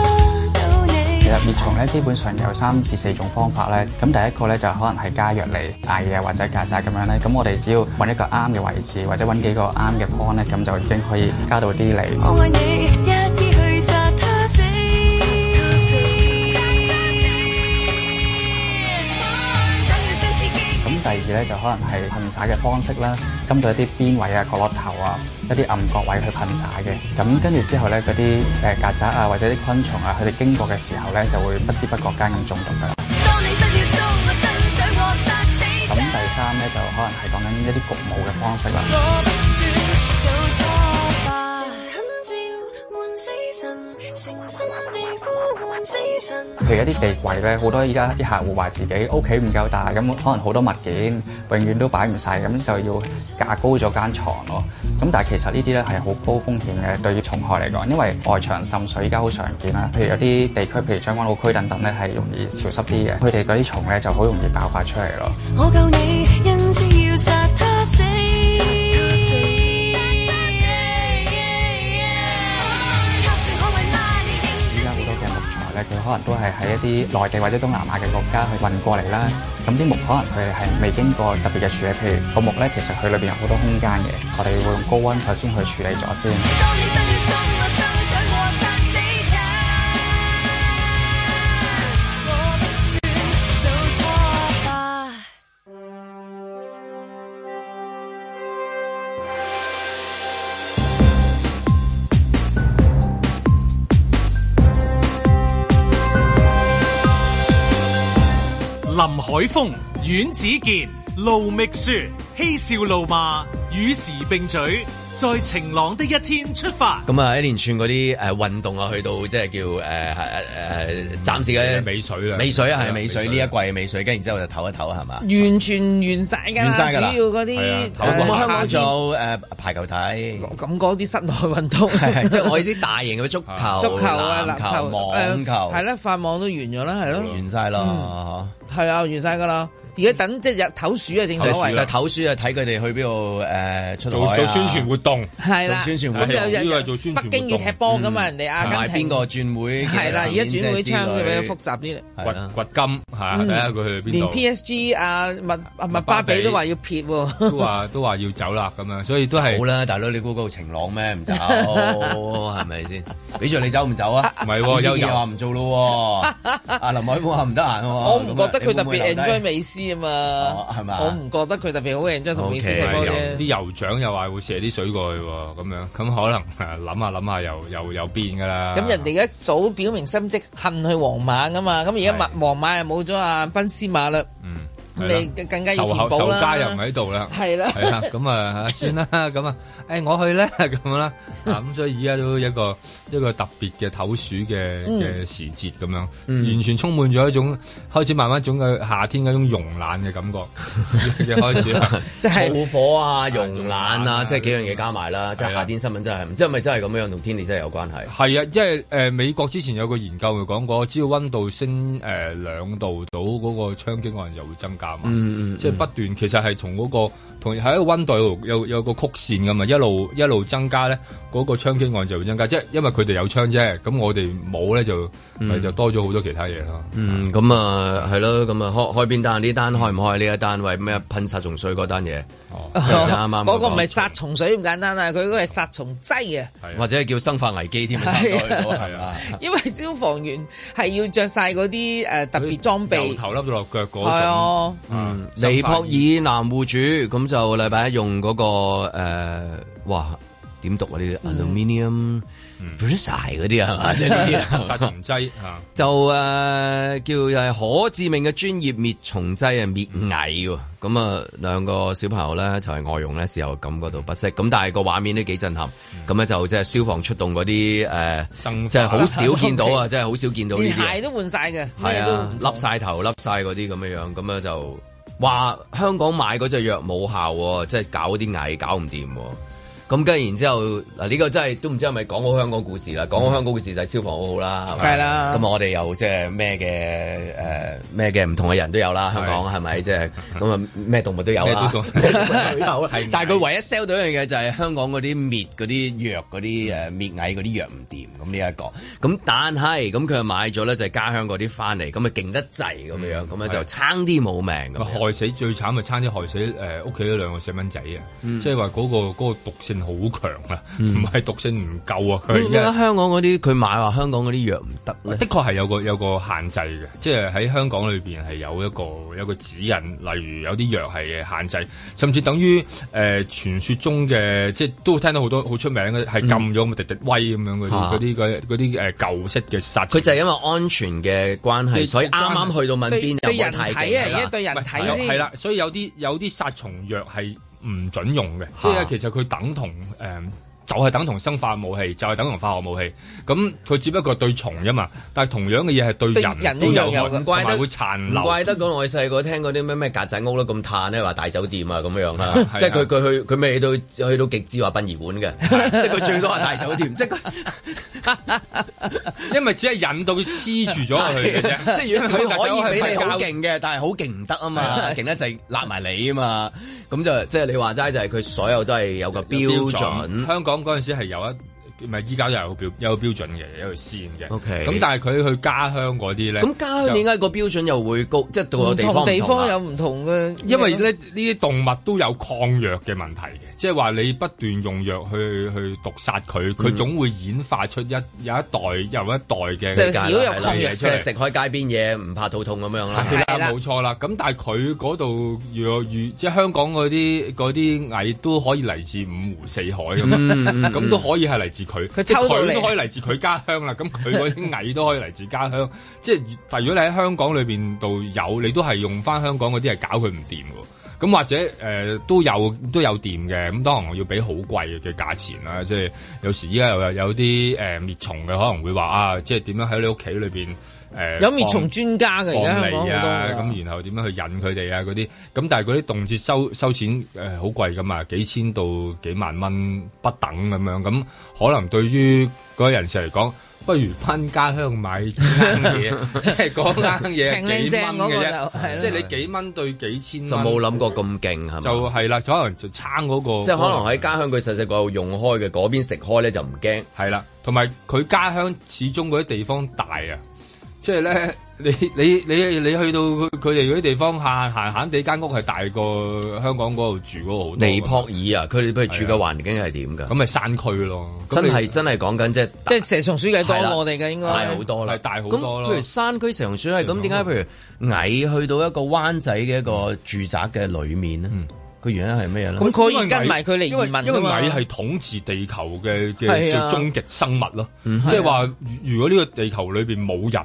G: 到你
F: 其實。滅蟲咧，基本上有三至四種方法咧。咁第一個咧就可能係加藥嚟蟻啊，或者曱甴咁樣咧。咁我哋只要揾一個啱嘅位置，或者揾幾個啱嘅 point 咧，咁就已經可以加到啲嚟。
G: 我愛你，一啲去殺他死。
F: 咁第二咧就可能係噴灑嘅方式啦，針對一啲邊位啊、角落頭啊、一啲暗角位去噴灑嘅。咁跟住之後咧，嗰啲誒曱甴啊或者啲昆蟲啊，佢哋經過嘅時候咧，就會不知不覺間咁中毒㗎啦。
G: 當你失了蹤，我真想我殺死
F: 咁第三咧就可能係講緊一啲焗舞嘅方式啦。
G: 我不算做錯吧。很照喚死神，誠心地呼喚死神。
F: 譬如一啲地櫃咧，好多依家啲客戶話自己屋企唔夠大，咁可能好多物件永遠都擺唔晒，咁就要架高咗間床咯。咁但係其實呢啲咧係好高風險嘅，對於蟲害嚟講，因為外牆滲水依家好常見啦。譬如有啲地區，譬如將軍澳區等等咧，係容易潮濕啲嘅，佢哋嗰啲蟲咧就好容易爆發出嚟咯。
G: 我救你，因此要殺他死。
F: 依家好多嘅木材咧，佢可能都係喺一啲內地或者東南亞嘅國家去運過嚟啦。咁啲木可能佢哋係未經過特別嘅處理，譬如個木咧，其實佢裏邊有好多空間嘅，我哋會用高温首先去處理咗先。
A: 林海峰、阮子健、盧覓雪，嬉笑怒罵，與時並舉，在晴朗的一天出發。
B: 咁啊，一連串嗰啲誒運動啊，去到即係叫誒誒誒，暫時嘅
C: 尾水啦
B: 尾水啊，
C: 係
B: 係
C: 啊
B: 尾水呢
C: 尾
B: 一
C: 水
B: 季嘅尾水，跟住然之後就唞一唞係嘛。
D: 完全完晒㗎
B: 完
D: 啦，
B: 晒
D: 主
B: 㗎啦
D: 要嗰啲
C: 係啊
B: 好咁
D: 誒
B: 香港仲
D: 夏
B: 有誒排球睇。
D: 天咁嗰啲室內運
B: [laughs]
D: 動，
B: 係即係我意思，大型嘅足球、
D: 足球啊、
B: 籃
D: 籃
B: 球、
D: 球、
B: 網球，
D: 係啦，法網都完咗啦，係咯。
B: 完晒啦。嗯
D: 係啊，完晒㗎啦。而家等即係日頭鼠啊，正所
B: 就
D: 謂
B: 就唞書啊，睇佢哋去邊度誒出
C: 做
B: 海啊
C: 做宣傳活動，
D: 係啦。
B: 做宣傳活動
D: 咁又
C: 呢個係做宣傳活動
D: 北京要踢波㗎嘛，人哋阿
B: 同埋
D: 根
B: 邊
D: 廷
B: 個啊轉會嘅
D: 係啦，而家轉會窗
B: 之
D: 咁
B: 類
D: 樣複雜啲啦。
B: 係
C: 掘
B: 啦
C: 掘金嚇，睇
D: 嗯
C: 下佢去邊
D: 連
C: 度。
D: PSG 啊麥啊麥巴比都話要撇喎。
C: 都話都話要走啦咁樣，所以都係唔
B: 好啦，大佬你估嗰度晴朗咩？
D: [laughs]
B: 唔走係咪先？俾著你走唔走啊？
C: 係喎，有
B: 有嘢話
C: 有
B: 唔做咯
D: [laughs]
B: 喎，阿林海峰話唔得閒喎。
D: 我唔覺得佢
B: 咁
D: 特
B: 啊你會唔會
D: 別
B: 留低
D: enjoy 美斯啊嘛，
B: 哦係嘛
D: 我唔覺得佢特別好 enjoy 同美斯
B: OK，
D: 踢波
C: 係有
D: 啫。
C: 啲酋長又話會射啲水過去喎，咁樣咁可能諗下諗下又又又變㗎啦。
D: 咁人哋一早表明心跡，恨去皇馬噶嘛。咁而家麥皇馬又冇咗阿賓斯馬啦，
C: 嗯
D: 咁
C: 係啦
D: 你更加
C: 仇
D: 要填
C: 後仇
D: 補
C: 家又唔
D: 啦。
C: 喺度啦。
D: 係啦，
C: 係啦，咁啊算啦， [laughs] 咁啊，誒我去咧 [laughs] 咁啦，啊咁所以而家都一個一個特別嘅唞暑嘅嘅時節咁樣，完全充滿咗一種開始慢慢一種嘅夏天嗰種慵懶嘅感覺 [laughs] 嘅開始啦，
D: 即係
B: 燥火啊、容懶啊，
C: 啊
B: 即係幾樣嘢加埋啦。即係夏啊天新聞真係唔知係咪真係咁樣，同天氣真係有關係。
C: 係啊，因為誒、呃美國之前有個研究就講過，只要温度升誒、呃、兩度到，嗰、個槍擊案又會增加嘛。
B: 嗯嗯
C: 即係不斷，其實係從嗰、個同喺一個温度有有有個曲線噶嘛，一路一路增加咧，嗰、個槍擊案就會增加。即係因為佢哋有槍啫，咁我哋冇咧就、咪就多咗好多其他嘢啦。
B: 嗯，咁啊係咯，咁啊開開邊單？呢單開唔開？呢一單喂咩啊噴殺蟲水嗰單嘢，
C: 哦，
B: 啊啱啱
D: 嗰個唔
B: 講
D: 係殺蟲水咁簡單啊，佢嗰個係殺蟲劑啊。
B: [laughs]
C: 係啊
B: 或者係叫生化危機 [laughs] 添，
D: 係啊
B: 係啊，
D: 因為消防員係要着晒嗰啲誒特別裝
C: 由
D: 備，
C: 頭笠到落腳嗰
D: 係
C: 種。
D: 啊，
C: 嗯
B: 尼泊爾男護主咁就禮拜一用嗰、個誒、呃哇點讀啊呢啲 aluminium b r i s i 嗰啲啊係嘛，即係呢啲係嘛
C: 殺蟲劑啊，
B: 就誒、呃叫誒可致命嘅專業滅蟲劑啊滅蟻喎，咁啊兩個小朋友咧就係、外傭咧事後感覺到不適，咁但係個畫面都幾震撼，咁咧、就即係消防出動嗰啲誒，
C: 生
B: 即係好
C: [laughs]
B: 少見到啊，即係好少見到呢
D: 連
B: 啲啊
D: 鞋都換晒嘅，
B: 係
D: 咩
B: 啊，
D: 都
B: 笠晒頭、笠晒嗰啲咁樣樣，咁樣啊就話香港買嗰隻藥冇效喎，即係搞啲蟻搞唔掂喎。咁跟住然之後，嗱呢個真係都唔知係咪講好香港故事啦，講好香港故事就係消防好好啦，係咪
D: 嗯係啦
B: 咁我哋又即係咩嘅誒咩嘅唔同嘅人都有啦，香港係咪即係咁啊咩動物都有
C: 咩都
B: 啦
C: 講，
B: 有啦但係佢唯一 sell 到一樣嘢就係香港嗰啲滅嗰啲藥嗰啲誒滅蟻嗰啲藥唔掂，咁呢一個。咁但係咁佢又買咗咧就係家鄉嗰啲翻嚟，咁啊勁得滯咁樣，咁樣就差啲冇命咁樣。
C: 啊害死最慘咪差啲害死誒屋企嗰兩個細蚊仔啊！
B: 嗯
C: 即係話嗰個嗰個毒性好強啊，唔係毒性唔夠啊，佢
B: 點
C: 因
B: 解
C: 為
B: 香港嗰啲佢買話香港嗰啲藥唔得咧？
C: 的確係有個有個限制嘅，即係喺香港裏邊係有一個有一個指引，例如有啲藥係限制，甚至等於誒、呃、傳說中嘅，即係都聽到好多好出名嘅係禁咗咁迪迪威咁樣嗰
B: 啊
C: 啲嗰啲嗰嗰啲誒呃舊式嘅殺蟲。
B: 佢就係因為安全嘅關係，
C: 最
B: 所以啱啱去到問
D: 對
B: 邊
D: 對
B: 就冇
D: 人
B: 太
D: 體
B: 勁
D: 啊，而
B: 啦
D: 家對人體
C: 係
D: 先
C: 係啦，所以有啲有啲殺蟲藥係唔準用嘅，即係其實佢等同誒。呃就係等同生化武器，就係等同化學武器。咁佢只不過對蟲啫嘛，但係同樣嘅嘢係對
D: 對
C: 人
D: 人
C: 都
D: 都
C: 有
D: 有
C: 害，
D: 嘅
C: 同
B: 怪得
C: 埋會殘
B: 唔
C: 留。啊
B: 怪得講我細個聽嗰啲咩咩曱甴屋啦，咁嘆咧話大酒店啊咁樣啦，即係佢佢去佢未到去到極致話殯儀館嘅，即係佢最多係大酒店，即係佢
C: 因為只係引到佢黐住咗佢嘅啫，
B: 即係如果佢可以俾你好
C: 教
B: 勁嘅，但係好勁唔得啊嘛，勁得就係揦埋你啊嘛，咁就即係你話齋就係佢所有都係有個標準。
C: 香港嗰陣時係有一，唔係依家都有個標有個標準嘅，有個線嘅。
B: OK
C: 咁但係佢去家鄉嗰啲咧，
B: 咁家鄉點解個標準又會高？即係到
D: 唔
B: 個地
D: 同
B: 方
D: 地
B: 唔同
D: 方
B: 啊
D: 有唔同嘅，
C: 因為咧呢啲動物都有抗藥嘅問題嘅，即係話你不斷用藥去去毒殺佢，
B: 嗯
C: 佢總會演化出一有一代又一代嘅
D: 就
B: 即係
D: 如果有
B: 係啦
D: 抗藥
B: 即係食開街邊嘢唔怕肚痛咁樣啦。
C: 係
D: 係啊啦
C: 啦，冇錯啦。咁但係佢嗰度若遇即係香港嗰啲嗰啲蟻都可以嚟自五湖四海咁，咁都可以係嚟自佢，
D: 嗯佢
C: 即係
D: 抽到嚟
C: 佢都可以嚟自佢家鄉啦。咁佢嗰啲蟻都可以嚟自家鄉。即係但係如果你喺香港裏邊度有，你都係用翻香港嗰啲係搞佢唔掂㗎。咁或者誒、呃都有都有店嘅，咁當然我要俾好貴嘅價錢啦。即係有時依家又有有啲誒、呃、滅蟲嘅可能會話啊，即係點樣喺你屋企裏呃邊誒
D: 有滅
C: 放
D: 蟲專家嘅，而家
C: 放
D: 香港好
C: 嚟啊，
D: 多㗎
C: 咁然後點樣去引佢哋啊嗰啲，咁但係嗰啲動輒收收錢誒好、貴噶嘛，幾千到幾萬蚊不等咁樣，咁可能對於嗰啲人士嚟講，不如翻家鄉買啱
D: [laughs]
C: 嘢，即係嗰啱嘢
D: 平靚正
C: 幾蚊
D: 嗰個
C: 嘅
D: 就係
C: 啫，
D: 咯
C: 即係你幾蚊對幾千蚊，
B: 就冇諗過咁勁係嘛？
C: 就係啦，可能就撐嗰個，
B: 即係可能喺家鄉佢細細個用開嘅嗰邊食開咧就唔驚，
C: 係啦，同埋佢家鄉始終嗰啲地方大啊，即係咧，你你你你去到佢佢哋嗰啲地方，閒閒閒地間屋係大過香港嗰度住嗰個好多㗎嘛，
B: 尼泊爾啊，佢哋譬如住嘅環境係點
C: 咁
B: 㗎？
C: 咪山區咯，咁
B: 真
C: 你
B: 係真係講緊即係
D: 即係蛇蟲鼠蟻多
B: 係啦
D: 過我哋嘅應該。
B: 大好多啦，
C: 係大好
B: 咁
C: 多咯
B: 譬如山區成水係咁，點解譬如矮去到一個灣仔嘅一
C: 嗯
B: 個住宅嘅裏面咧？個原因係咩咧
D: 咁？佢可以
C: 因為
D: 跟埋佢嚟移
C: 因為
D: 民㗎嘛
C: 因為蟻係統治地球嘅嘅
D: 係
C: 最
D: 啊
C: 終極生物咯，
B: 嗯
C: 即
B: 啊
C: 係話如如果呢個地球裏邊冇人，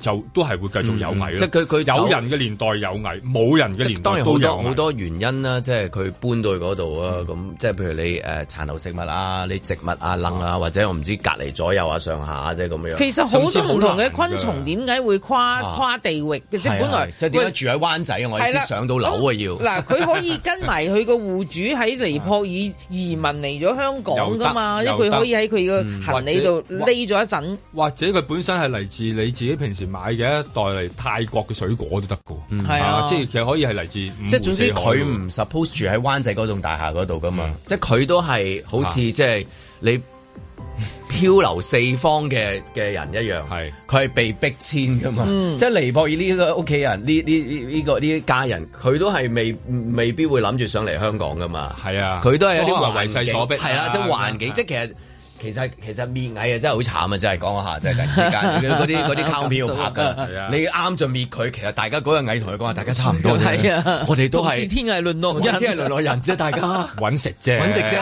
C: 就都係會繼續有蟻咯。
B: 嗯即係佢佢走
C: 有人嘅年代有蟻，冇人嘅年
B: 當
C: 代
B: 然好
C: 都有啊
B: 多
C: 蟻
B: 好多原因啦，即係佢搬到去嗰度啊，咁即係譬如你誒殘留食物啊，你植物啊、楞啊，或者我唔知隔離左右啊、上下即係咁樣。
D: 其實好多唔同嘅昆蟲
C: 甚至
D: 點解會跨
B: 啊
D: 跨地域嘅？即係
B: 係啊
D: 本來
B: 係即係點解
D: 喂
B: 住喺灣仔啊？我
D: 係
B: 哋
D: 啦
B: 先上到樓啊
D: 咁
B: 要。
D: 嗱，佢可以跟埋佢個戶主喺尼泊
B: [laughs]
D: 爾
B: 啊
D: 移民嚟咗香港噶嘛，
C: 又得
D: 因為佢可以喺佢個行李度
C: 或者
D: 匿咗一陣。
C: 或者佢本身係嚟自你自己平時買嘅一袋嚟泰國嘅水果都得㗎喎，
D: 係啊
C: 即係其實可以係嚟自五
B: 嗯即係
C: 湖
B: 總之
C: 四海㗎
B: 佢唔 suppose 住喺灣仔嗰棟大廈嗰度噶嘛，即係佢都係好似即係你漂流四方嘅嘅人一樣，
C: 係
B: 佢係被逼遷噶嘛，即係尼泊爾呢個屋企人呢呢呢呢個呢家人，佢都係未未必會諗住上嚟香港噶嘛，
C: 係啊
B: 佢都係有啲
C: 可能
B: 環
C: 為
B: 境
C: 勢所逼啊
B: 係啦，即係環境，
C: 咁樣
B: 即係其實。其實其實滅蟻啊真係好慘啊！真係講下真係突
C: [laughs]
B: 然之間，嗰啲嗰啲卡通片要拍
C: 係
B: 㗎
C: 啊，
B: 你啱就滅佢。其實大家嗰樣蟻同佢講話，大家差
C: [laughs]
B: 唔多啫。
D: 係啊
B: 我哋都
D: 同是
B: 係
D: 天涯淪落
B: 一
D: 人，
B: 天係淪落人啫，大家。
C: 揾食啫，
B: 揾食啫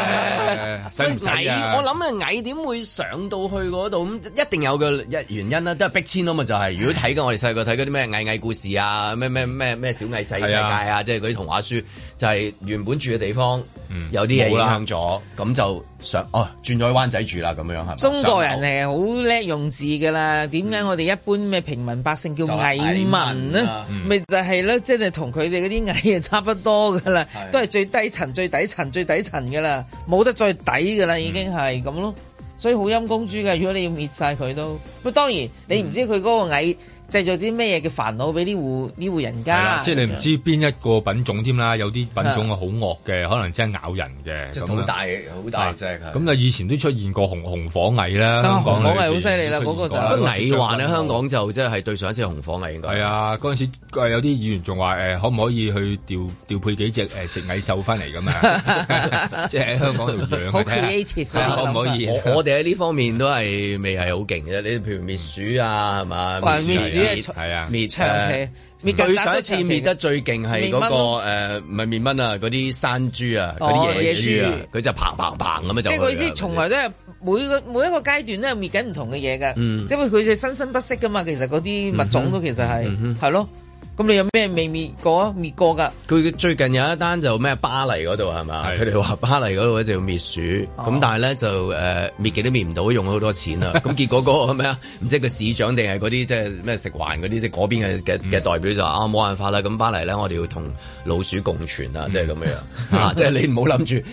C: 使唔使啊？
B: 我諗啊，蟻點會上到去嗰度？咁一定有個一原因啦，都係逼遷啊嘛，就係、如果睇緊我哋細個睇嗰啲咩蟻蟻故事啊，咩咩咩咩小蟻世世界
C: 係
B: 啊，即係嗰啲童話書，就係、原本住嘅地方、
C: 嗯
B: 有啲嘢影
C: 冇啦
B: 響咗，咁就上哦轉咗去灣仔住啦，咁樣係咪
D: 中國人
B: 上樓
D: 係好叻用字噶啦，點解我哋一般咩平民百姓叫
B: 嗯就
D: 蟻
B: 係
D: 民
B: 蟻民
D: 呢
B: 啊？
D: 咪就係咧，即係同佢哋嗰啲蟻啊差不多噶啦
B: 係，
D: 都係最低層、最底層、最底層噶啦，冇得再底
B: 嗯
D: 噶啦，已經係咁咯。所以好陰公豬嘅，如果你要滅晒佢都，不過當然你唔知佢嗰個蟻製造啲咩嘢嘅煩惱俾呢戶呢戶人
C: 係啦
B: 啊
D: 家，
C: 即係你唔知邊一個品種添啦，有啲品種係好惡嘅，可能真係咬人嘅，
B: 啊即
C: 咁
B: 係
C: 樣
B: 好大好大隻係
C: 咁啊，以前都出現過紅紅火蟻啦，
D: 但係
C: 香港
D: 紅火蟻
C: 裏邊
D: 好犀利啦嗰個
C: 出
B: 不
D: 就
C: 現
B: 過
C: 過啦
B: 蟻患喺香。港就即係對上一次紅火蟻應該
C: 係啊，嗰陣時誒有啲議員仲話誒，可唔可以去調調配幾隻呃誒食蟻獸翻嚟咁啊？即係喺香港度養
D: 好
C: 嘅，睇
D: creative
C: 下係啊
D: 啊
C: 可唔可以？
B: 我我哋喺呢方面都係未係好勁嘅，你譬如滅鼠啊，係嘛？
D: 哇滅鼠啊
C: 係啊，
B: 滅
D: 長期滅曱甴都
B: 對上一次
D: 長期
B: 滅得最勁係嗰
D: 滅蚊
B: 個
D: 咯
B: 誒，唔係滅蚊啊，嗰啲山豬啊，
D: 哦
B: 嗰啲野豬啊
D: 野豬，
B: 佢就砰砰砰咁樣就
D: 即係
B: 去啦。
D: 佢意思，從來都係每個每一個階段都係滅緊唔同嘅嘢㗎，
B: 嗯
D: 即係佢哋生生不息㗎嘛。其實嗰啲物種都其實
B: 嗯
D: 係係咯。咁你有咩未滅過啊？滅過㗎，
B: 佢最近有一單就咩巴黎嗰度係嘛？
C: 係哦
B: 佢哋話巴黎嗰度咧就要滅鼠，咁、但係咧就誒、呃、滅幾都滅唔到，用咗好多
C: [laughs]
B: 錢啦。咁結果嗰個咩啊？唔知係個市長定係嗰啲即係咩食環嗰啲，即係嗰邊嘅嘅
C: 嗯
B: 嘅代表就話啊冇辦法啦。咁巴黎咧，我哋要同老鼠共存
C: 嗯
B: 啦，即係咁樣
C: [laughs]
B: 啊！即係你唔好諗住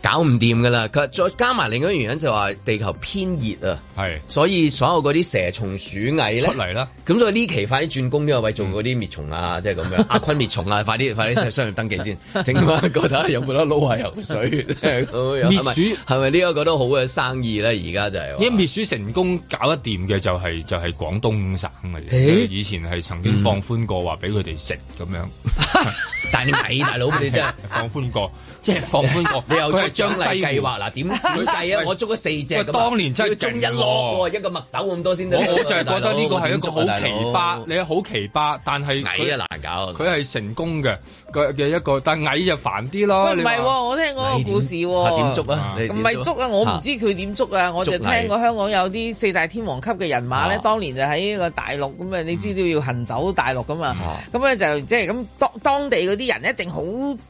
B: 搞唔掂噶啦。佢話再加埋另一個原因就話地球偏熱啊，
C: 係
B: 所以所有嗰啲蛇蟲鼠蟻咧
C: 出嚟啦。
B: 咁所以呢期快啲轉工呢個位做嗰啲滅蟲
C: 嗯
B: 啊，即係咁
C: [laughs]
B: 樣。阿坤滅蟲啊，快啲快啲商業登記先，整翻覺得有冇得撈下游水
C: 滅
B: 咁樣。係咪
C: 鼠
B: 係咪呢個覺得好嘅生意咧？而家就係話
C: 因為滅鼠成功搞得掂嘅就係、就係、廣東省嘅啫，
B: 咦
C: 以前係曾經放寬過話俾佢哋食咁樣， [laughs] 啊
B: 但係 [laughs] 你睇大佬你真係。
C: 放寬過，即係放寬過。
B: [laughs] 你
C: 佢
B: 又出
C: 係
B: 張
C: 將
B: 例
C: 西
B: 計
C: 湖
B: 劃嗱，點點計啊？
C: 喂
B: 我捉咗四隻咁啊，
C: 喂當年真係
B: 要捉一
C: 勁
B: 籮
C: 喎
B: 喎，一個麥豆咁多先得。
C: 我我就
B: [laughs]
C: 係覺得呢個係一個好
B: 大
C: 奇
B: 佬
C: 葩，你係好奇葩，但係佢
B: 啊矮啊難搞。
C: 佢係成功嘅嘅嘅一個，但矮就煩啲
B: 哦
C: 咯。
D: 喂唔
C: 你話
D: 係喎，我聽過個故事
B: 嚇哎點
D: 喎。
B: 捉啊？你
D: 唔係捉啊！我唔知佢點捉啊！我就
B: 捉蟻
D: 聽過香港有啲四大天王級嘅人馬咧
B: 啊，
D: 當年就喺個大陸咁啊，你知道要行走大陸噶嘛
B: 啊？
D: 咁咧就即係咁當當地嗰啲人一定好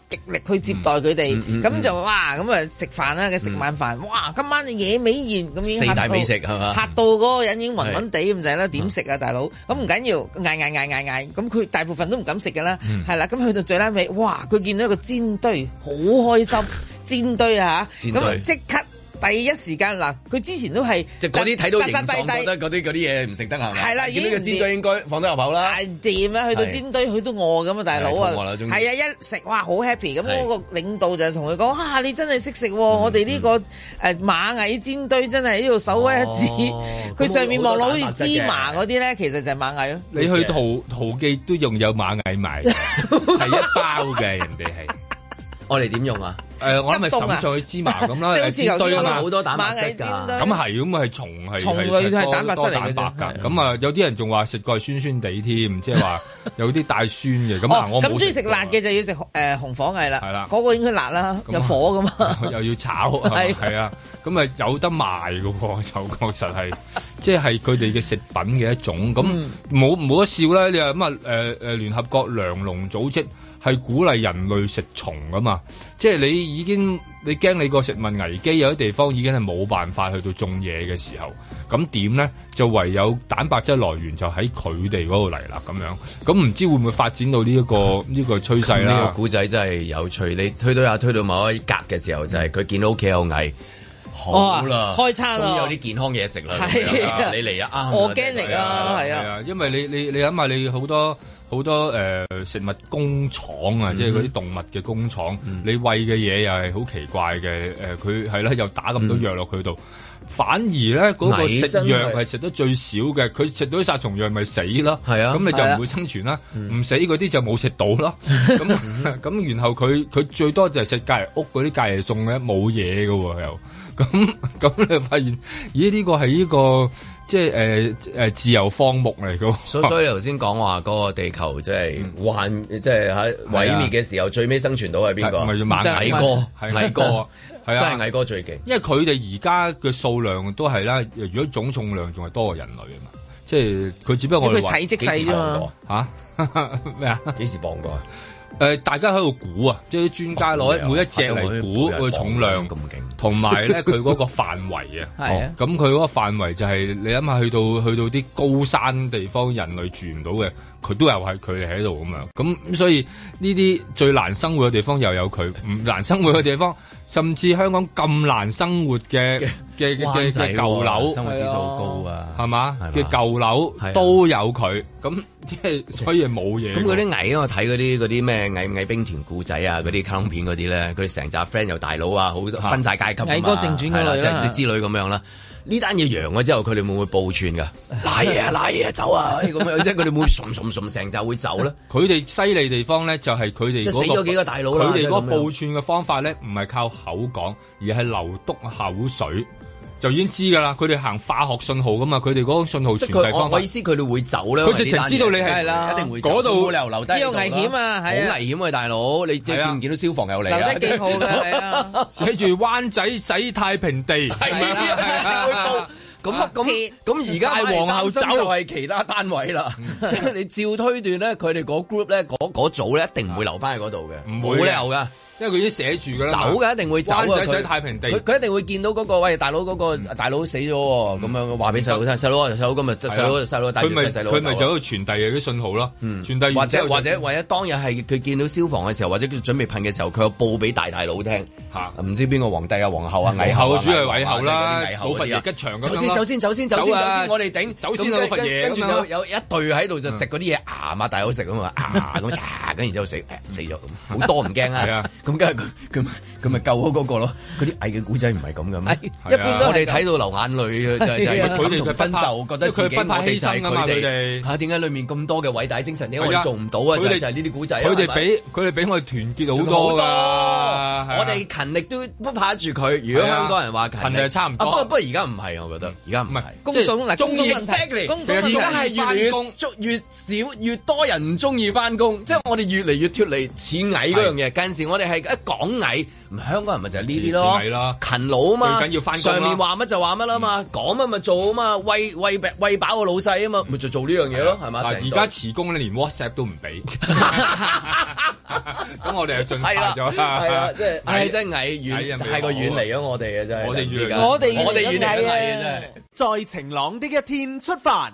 D: 極力去接待佢
B: 嗯嗯
D: 哋，
B: 嗯
D: 咁就哇咁啊食飯啦，嘅食晚飯，哇今晚嘅野味宴咁已經
B: 四大
D: 嚇到
B: 美食係嘛
D: 嚇到嗰個人已經暈暈地咁滯啦，點食啊大佬？咁唔緊要，嗌嗌嗌嗌嗌，咁佢大部分都唔敢食噶啦，
B: 嗯
D: 係啦，咁去到最拉尾，哇！佢見到一個煎堆，好開心，煎堆啊嚇，
B: 煎堆
D: 咁即刻第一時間嗱，佢之前都係
B: 即係嗰啲睇到
D: 扎
B: 形
D: 扎地
B: 狀，
D: 地
B: 覺得嗰啲嗰啲嘢唔食得係咪？
D: 係啦已經
B: 呢個
D: 唔
B: 煎堆應該放得入口啦
D: 大。掂啊啦，去到煎堆，去到餓咁啊，大佬
B: 係肚餓啦
D: 啊，
B: 終於
D: 係啊，一食哇好 happy 咁，
B: 係嗯
D: 嗰個領導就同佢講：哇，你真係識食喎！我哋呢個誒螞蟻煎堆真係呢度手一指
B: 哦，
D: 佢上面望落好
B: 咁好
D: 似
B: 多蛋白
D: 芝
B: 質嘅
D: 麻嗰啲咧，其實就係螞蟻咯。
C: 你去淘淘記都仲有螞蟻賣，
D: [laughs]
C: 係一包嘅人哋係。
B: 我哋點用啊？
C: 誒，我諗咪
D: 急凍啊
C: 滲上去芝麻咁啦，
D: [laughs] 即係好似
C: 誒
D: 頭
C: 堆
D: 先
C: 啊
D: 嗰個
C: 嘛。
B: 好多蛋白質㗎
D: 螞蟻煎堆
C: 咁啊係咁係蟲係
D: 蟲類係
C: 多
D: 蛋白質嚟
C: 多
D: 嘅啫
C: 蛋白㗎。咁啊，有啲人仲話食過係酸酸地添，即係話有啲帶酸嘅。咁啊，
D: 哦
C: 我冇
D: 咁中意食辣
C: 過
D: 嘅就要食誒紅火蟻啦，
C: 係啦
D: 嗰個應該辣啦，
C: 咁啊
D: 有火噶嘛。
C: 啊， [laughs] 又要炒係
D: 係
C: 嘛係啊，咁啊有得賣嘅喎， [laughs] 就確實係，即係佢哋嘅食品嘅一種。咁冇冇得笑啦！你話咁啊誒誒聯合國糧農組織係鼓勵人類食蟲噶嘛？即係你已經你驚你個食物危機，有啲地方已經係冇辦法去到種嘢嘅時候，咁點咧？就唯有蛋白質來源就喺佢哋嗰度嚟啦，咁樣。咁唔知會唔會發展到呢、一個呢、個趨勢
B: 呢個
C: 啦？
B: 古仔真係有趣，你推到下推到某一格嘅時候，就係佢見到屋企有蟻，好啦，
D: 哦開餐
B: 終於
D: 啦
B: 有啲健康嘢食啦，
D: 係 [laughs] 啊
B: 你嚟啊，啱啦
D: 我驚嚟啊，係
C: 係
D: 啊，
C: 啊，因為你你你諗下，你好多好多誒、呃食物工廠
B: 嗯
C: 啊，即係嗰啲動物嘅工廠，你餵嘅嘢又係好奇怪嘅誒，佢係啦，又打咁多藥落佢度。反而咧，嗰、個
B: 蟻
C: 食
B: 嗯真係
C: 藥係食得最少嘅，佢食到啲殺蟲藥咪死咯。
B: 係啊
C: 咁你就
B: 係
C: 唔
B: 啊
C: 會生存啦。唔死嗰啲就冇食到咯。
B: 嗯
C: 咁 [laughs] 咁，然後佢佢最多就係食隔離屋嗰啲隔離餸咧，冇嘢嘅喎又。咁咁你發現，咦？呢、個係呢、個即係誒誒自由放牧嚟嘅喎。
B: 所所以你頭先講話嗰個地球即係幻，即係喺毀滅嘅時候，最尾生存到
C: [laughs]
B: 係邊個？
C: 係咪要猛
B: 係
C: 蟻
B: 哥，
C: [laughs] 係
B: 蟻哥
C: 蟻哥，係啊
B: 真係蟻哥最勁。
C: 因為佢哋而家嘅數量都係啦，如果總重量仲係多過人類啊嘛，即係佢只不過
D: 因
C: 我
D: 為
C: 哋話
D: 佢洗即
B: 幾時
D: 細啫
B: 磅
D: 嘛
B: 過？
C: 嚇 [laughs] 咩啊？
B: 幾時磅過啊？
C: 誒、大家喺度估啊，即係啲專家
B: 哦
C: 攞每一隻
B: 啊
C: 嚟估個重量
B: 咁，勁。
C: 同埋咧佢嗰個範圍
B: [laughs]
C: 啊。
D: 係啊，
C: 咁佢嗰個範圍就係、你諗下，去到去到啲高山地方，人類住唔到嘅，佢都有係佢哋喺度咁樣。咁所以呢啲最難生活嘅地方又有佢，唔難生活嘅地方，甚至香港咁難生活
B: [laughs]
C: 嘅嘅嘅嘅
B: 灣仔
C: 嘅
B: 喎
C: 舊樓
B: 生活指數高啊，
C: 係嘛
B: 係嘛
C: 嘅舊樓
B: 係啊
C: 都有佢，咁即係所以冇嘢喎。
B: 咁嗰啲蟻，我睇嗰啲嗰啲咩蟻蟻兵團故仔啊，嗰啲卡通片嗰啲咧，佢哋成扎 friend 又大佬啊，好多分晒階級啊嘛，
D: 蟻哥正傳嗰類
B: 係啦
D: 啦
B: 即係即係之類咁樣啦。呢單嘢揚咗之後，佢哋會唔會報串噶？拉嘢啊，拉嘢啊，走啊！咁樣即係佢哋會唔會唰唰唰成扎會走咧？
C: 佢哋犀利地方咧，就係佢哋
B: 即係
C: 嗰
B: 死咗幾個大佬啦
C: 佢哋嗰
B: 即係咁
C: 個
B: 樣
C: 報串嘅方法咧，唔係靠口講，而係流督口水，就已經知㗎啦。佢哋行化學信號㗎嘛，佢哋嗰個信號
B: 即
C: 傳
B: 係佢
C: 遞
B: 我
C: 方法
B: 我意。思，佢哋會走咧。
C: 佢直情
B: 因為呢單嘢
C: 知道你係
B: 係啦，一定會走
C: 嗰度
B: 冇理由留低喺度啦。
D: 呢個危險啊係啊
B: 好危險啊，大佬！你你
C: 係啊
B: 見唔見到消防有嚟
D: 留
B: 啊？
D: 得幾好㗎，係啊。
C: 寫住灣仔洗太平地，
B: [laughs] 係啊
C: 咁樣
B: 啦，咁
C: 啊
B: 咁
D: 撇
B: 咁而家
C: 大皇后走嗯
B: 擔心就係其他單位啦， [laughs] 即係你照推斷咧，佢哋嗰 group 咧，嗰嗰組咧，一定唔會留翻喺嗰度嘅，
C: 唔
B: 冇
C: 會嘅
B: 理由噶，
C: 因為佢已經寫住㗎啦
B: 走
C: 嘛。
B: 嘅一定會走啊
C: 灣仔
B: 佢
C: 洗太平地嗯
B: 佢佢一定會見到嗰個喂大佬嗰個大佬死咗喎，咁樣話俾細佬聽，細佬啊細佬咁啊
C: 係啊
B: 細佬細佬帶住
C: 佢咪
B: 細細佬
C: 佢咪就喺
B: 走啊
C: 度傳遞啲信號咯，傳遞
B: 或
C: 完之
B: 者
C: 後
B: 或者或者當日係佢見到消防嘅時候，或者佢準備噴嘅時候，佢有報俾大大佬聽。
C: 嚇
B: 唔知邊個皇帝啊、皇后啊、
C: 皇
B: 魏
C: 后
B: 后啊、
C: 主要係
B: 魏
C: 魏后啦老
B: 后啊嗰啲
C: 佛爺吉祥咁樣啦
B: 走先，走先，走先，走先，
C: 走啊
B: 走先，我哋頂，
C: 走先啊
B: 咁跟
C: 老佛爺
B: 跟住
C: 咁樣
B: 有
C: 啦
B: 有一隊喺度就食嗰啲嘢牙嘛，大佬食啊嘛，牙咁嚓，跟住之後死，哎死咗咁，好多唔驚
C: 係
B: 啊
C: 啊！
B: 咁跟住佢佢佢咪救好嗰個咯，嗰啲蟻嘅古仔唔係咁嘅咩？
D: 一般都係
B: 我哋睇到流眼淚嘅就
D: 係
B: 係
D: 啊
B: 佢哋同身受，覺得自己我哋就係佢哋嚇，點解裡面咁多嘅偉大精神，點解我哋做唔到啊？就係就係呢啲古仔啊，
C: 佢
B: 係咪
C: 哋俾佢哋俾我哋團結好
B: 好
C: 多㗎係
B: 多，
C: 啊。
B: 我哋勤力都不怕住佢。如果香港人話
C: 勤力係差唔多
B: 啊不過不過而家唔係，我覺得而家唔
C: 唔
B: 係
C: 係。
D: 工
C: 即係
D: 種嗱，工種
C: 中意
D: 問題，工種
B: 而
D: 問題
B: 家係越嚟
C: 翻
B: 越
C: 工
B: 捉越少，越多人唔中意翻工，即係我哋越嚟越脱離似蟻嗰樣嘢。近時我哋嗯係一講蟻，唔香港人咪就係呢啲咯，
C: 似似蟻啦
B: 勤勞啊嘛，
C: 最緊要返工啦
B: 上面話乜就話乜啦嘛，講乜咪做啊嘛，喂喂喂飽個老細啊嘛，咪就做呢樣嘢咯，係嘛？
C: 嗱，
B: 成
C: 啊而
B: 隊
C: 家辭工咧，連 WhatsApp 都唔
B: [laughs]
C: 俾，咁我哋就進化
B: [laughs] 係啦，
C: 咗啦。
B: 係啦，即
C: [laughs]
B: 係，唉，真係
C: 矮
B: 遠
C: 人未
B: 太過遠離咗我哋啊！真係，
C: 我哋越嚟越
D: 我哋越嚟越
B: 我哋遠離咗
D: 矮啊
B: 矮啊！真係。
A: 在晴朗的一天出發。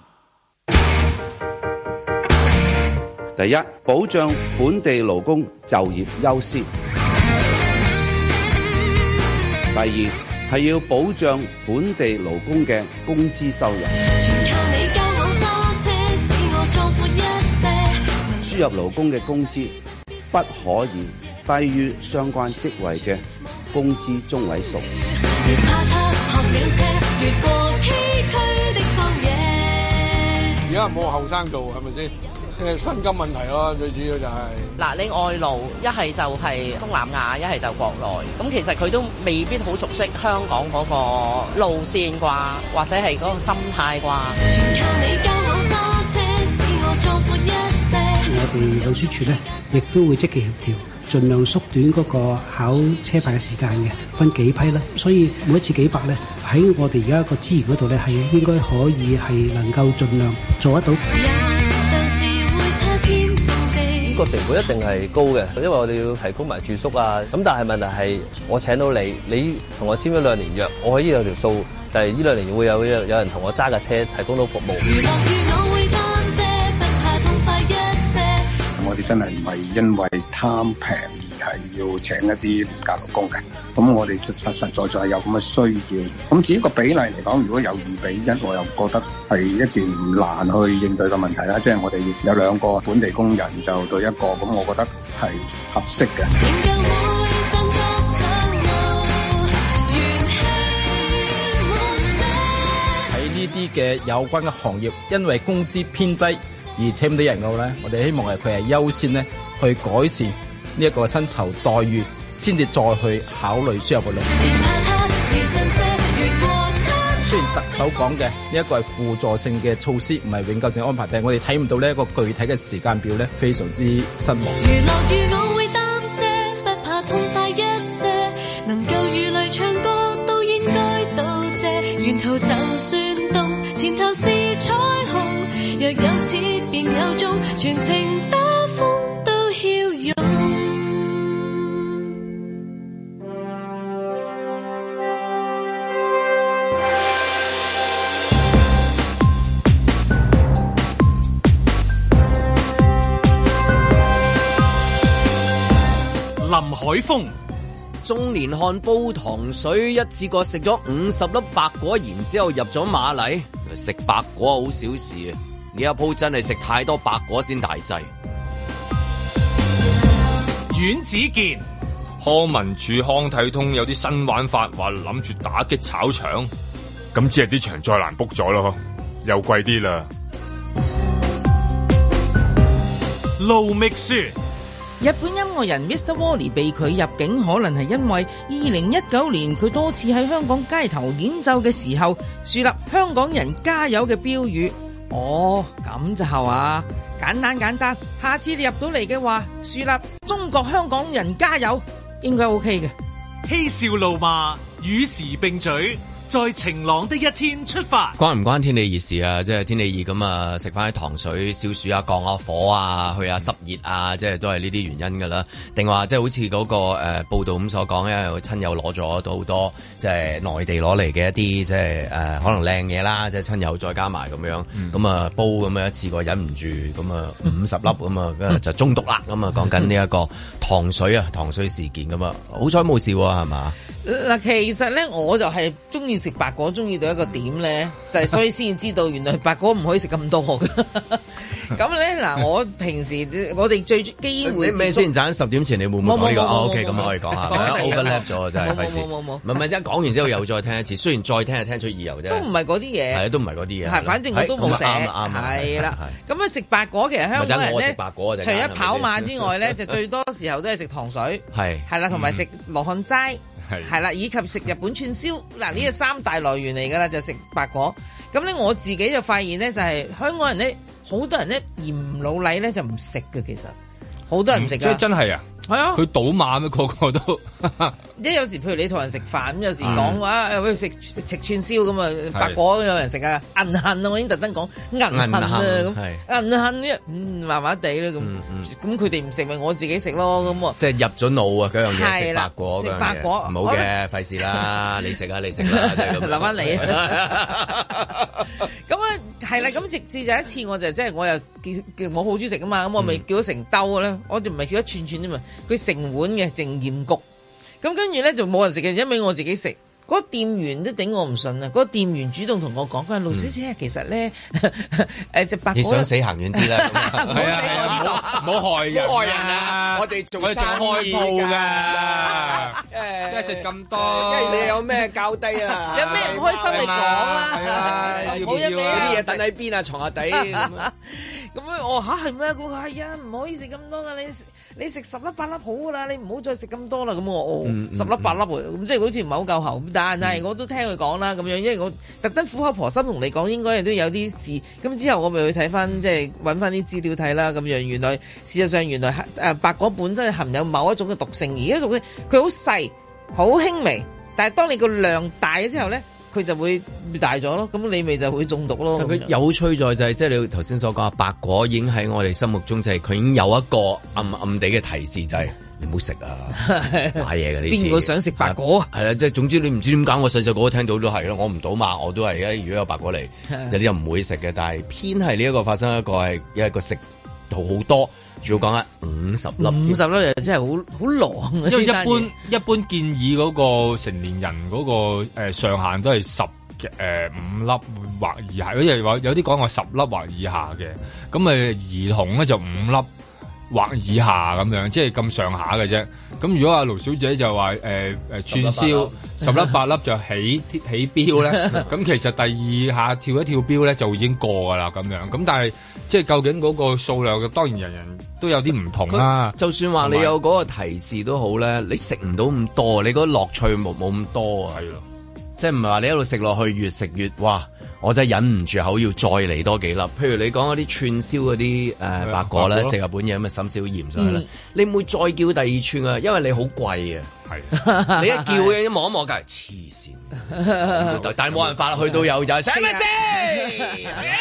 H: 第一，保障本地勞工就業優先；第二，係要保障本地勞工嘅工資收入。
G: 全靠你教我揸車，使我壯闊一些。
H: 輸入勞工嘅工資不可以低於相關職位嘅工資中位數。
G: 越怕他學了車，越過崎嶇的荒野。
I: 而家冇後生做係咪先？ [laughs] 即係薪金問題咯，最主要就係、
J: 嗱，你外勞一係就係東南亞，一係就國內，咁其實佢都未必好熟悉香港嗰個路線啩，或者係嗰個心態啩。
G: 全靠你教我揸車，使我壯闊一些。
K: 我哋老鼠處咧，亦都會積極協調，盡量縮短嗰個考車牌嘅時間嘅，分幾批啦。所以每一次幾百咧，喺我哋而家個資源嗰度咧，係應該可以係能夠盡量做得到。
G: 人鬥智會差天共地，
L: 個成本一定係高嘅，因為我哋要提供埋住宿啊。咁但係問題係，我請到你，你同我簽咗兩年約，我可以有條數，就係呢兩年會有有人同我揸架車提供到服務。
G: 娛樂與我會單車，不怕痛快一些。
M: 我哋真係唔係因為貪平而係要請一啲廉價勞工嘅。咁我哋實實實在在有咁嘅需要。咁至於個比例嚟講，如果有二比一，我又覺得係一件唔難去應對嘅問題啦。即係我哋有兩個本地工人就對一個，咁我覺得係合適嘅。
G: 仍舊會振作上路，元氣滿瀉。
N: 喺呢啲嘅有關嘅行業，因為工資偏低而請唔到人嘅話咧，我哋希望係佢係優先咧去改善呢一個薪酬待遇，先至再去考慮輸入嘅勞工。
G: 別怕他，自信些，越過他。
N: 雖然特首講嘅呢一個係輔助性嘅措施，唔係永久性安排，但係我哋睇唔到呢一個具體嘅時間表咧，非常之失望。
G: 娛樂與我會擔遮，不怕痛快一些。能夠與淚唱歌都應該道謝。沿途就算凍，前頭是彩虹。若有始便有終，全程打風都驍勇。
A: 林海峰、
B: 中年漢煲糖水，一次過食咗五十粒白果，然之後入咗馬嚟。食白果好小事啊！呢一鋪真係食太多白果先大劑。
A: 阮子健、
C: 康文署康體通有啲新玩法，話諗住打擊炒場，咁只係啲場再難 book 咗咯，又貴啲啦。
A: 盧覓雪。
D: 日本音樂人 Mr. Wally 被拒入境，可能係因為二零一九年佢多次喺香港街頭演奏嘅時候，樹立香港人加油嘅標語。哦，咁就係啊，簡單簡單。下次你入到嚟嘅話，樹立中國香港人加油，應該 OK 嘅。
A: 嬉笑怒罵，與時並舉，在晴朗的一天出發。
B: 關唔關天氣熱事啊？即係天氣熱咁啊，食翻啲糖水、消暑啊、降下火啊、去下濕熱啊，即係都係呢啲原因㗎啦。定話即係好似嗰、個誒、呃、報道咁所講，因為我親友攞咗到好多即係內地攞嚟嘅一啲即係誒、呃可能靚嘢啦，即係親友再加埋咁樣，咁啊、煲咁樣一次過忍唔住，咁啊五十粒咁啊，跟住就中毒啦。咁啊講緊呢一個糖水啊，糖水事件咁啊，好彩冇事喎，係嘛？
D: 嗱，其實咧我就係中意食白果，中意到一個點咧，就係、所以先至知道原來白果唔可以食咁多㗎。
B: [laughs]
D: 咁咧嗱，我平時我哋最機會
B: 你咩先？陣間十點前你會唔會講呢個？
D: 冇冇冇冇
B: 哦，OK，咁可以講下
D: 冇冇冇
B: ，overlap 咗啊真係
D: 冇冇
B: 費事。
D: 冇冇冇
B: 唔係唔係，一講完之後又再聽一次，雖然再聽係聽出意由啫。
D: 都唔係嗰啲嘢。
B: 係啊，都唔係嗰啲嘢。
D: 係，反正我都冇食，
B: 係啱啊啱啊
D: 係啦
B: 係。
D: 咁啊，食白果其實香港人
B: 咪就係我食
D: 咧
B: 白果啊，
D: 除
B: 陣間
D: 咗跑馬之外咧，就最多時候都係食糖水，
B: 係
D: 係啦，同埋食羅漢齋，
C: 係
D: 係啦，以及食日本串燒。嗱，呢個三大來源嚟㗎啦，就食白果。咁咧我自己就發現咧，就係香港人咧，好多人咧嫌老禮咧就唔食嘅，其實好多人唔食
C: 即係
D: 㗎。
C: 真係啊！
D: 係啊，
C: 佢賭馬咩？個個都
D: 即係有時譬如你同人食飯咁，有時講話誒喂食食串燒咁啊，白果有人食啊，銀杏啊，我已經特登講銀杏啊咁，銀杏呢嗯麻麻地啦咁，咁佢哋唔食咪我自己食咯咁啊，
B: 即係入咗腦啊！嗰樣嘢
D: 係
B: 食
D: 啦
B: 白果嗰樣嘢，
D: 食白果
B: 唔好嘅，費事
D: [laughs]
B: 啦！你食啊，你食啦，即係咁樣
D: 留翻你 [laughs] 啊咁啊係啦，咁直至就一次我就即係我又叫叫我好中意食噶嘛，咁我咪叫咗成兜咧，我就唔係叫一串串啫嘛，佢成碗嘅淨鹽焗，咁跟住咧就冇人食嘅，因為我自己食。嗰個店員都頂我唔順啊！嗰個店員主動同我講，佢話盧小姐其實咧， [laughs] 誒只白
B: [laughs] 你
D: 果
B: 想
D: [laughs]
B: 死行遠啲啦，
D: 係啊係
C: 啊，唔好害人，
B: 害人啊！我哋做
C: 我哋仲
B: 生
C: 開
B: 意
C: 鋪
B: 㗎
C: 㗎，即係食咁多，
O: 因為你有咩較低啊？
D: 有咩唔開心你講啦
O: 係啊
D: 冇嘢俾啊
O: 啲嘢等喺邊啊？床下底
D: [laughs]
O: 咁啊
D: 咁樣我吓係咩？咁佢話係啊，唔可以食咁多噶，你食你食十粒八粒好噶啦，你唔好再食咁多啦。咁我我
O: 嗯嗯
D: 十粒八粒喎，咁即係好似唔係好夠喉咁。但係我都聽佢講啦，咁樣因為我特登苦口婆心同你講，應該都有啲事。咁之後我咪去睇翻，即係揾翻啲資料睇啦。咁樣原來事實上原來誒白果本身係含有某一種嘅毒性，而一種咧佢好細好輕微，但係當你個量大咗之後咧，佢就會大咗咯。咁你咪就會中毒咯。
B: 但
D: 咁樣
B: 佢有趣在就係即係你頭先所講，白果已經喺我哋心目中就係佢已經有一個暗暗地嘅提示，就係你唔好食
D: [laughs]
B: 啊，買嘢嘅呢啲。
D: 邊個想食白果啊？
B: 係啦，即係總之你唔知點解，我細細個都聽到都係咯，我唔賭馬我都係嘅。如果有白果
D: [laughs]
B: 嚟，就你又唔會食嘅。但係偏係呢一個發生一個係一個食到好多，仲要講緊五十粒，
D: 五十粒又真係好好狼啊。
C: 因為一
D: 呢單嘢
C: 般一般建議嗰個成年人嗰、個、呃、上限都係十嘅誒五粒或以下，因為話有啲講話十粒或以下嘅，咁誒兒童咧就五粒。或以下咁樣，即係咁上下嘅啫。咁如果阿盧小姐就話誒誒串燒十
B: 十
C: 粒
B: 粒
C: 八粒 [laughs] 就起起標咧，咁其實第二下跳一跳標咧就已經過噶啦咁樣。咁但係即係究竟嗰個數量嘅，當然人人都有啲唔同啦。
B: 就算話你有嗰個提示都好咧，你食唔到咁多，你嗰個樂趣冇冇咁多啊。
C: 係咯，
B: 即係唔係話你一路食落去越食越哇，我真係忍唔住口要再嚟多幾粒。譬如你講嗰啲串燒嗰啲誒白果
C: 白
B: 咧，
C: 果
B: 食日本嘢咁咪滲少鹽上去啦
C: 嗯。
B: 你唔會再叫第二串啊，因為你好貴啊。你一叫嘅一望一望隔離黐線，但係冇辦法啦，去到有啊就係啊使咩先？哎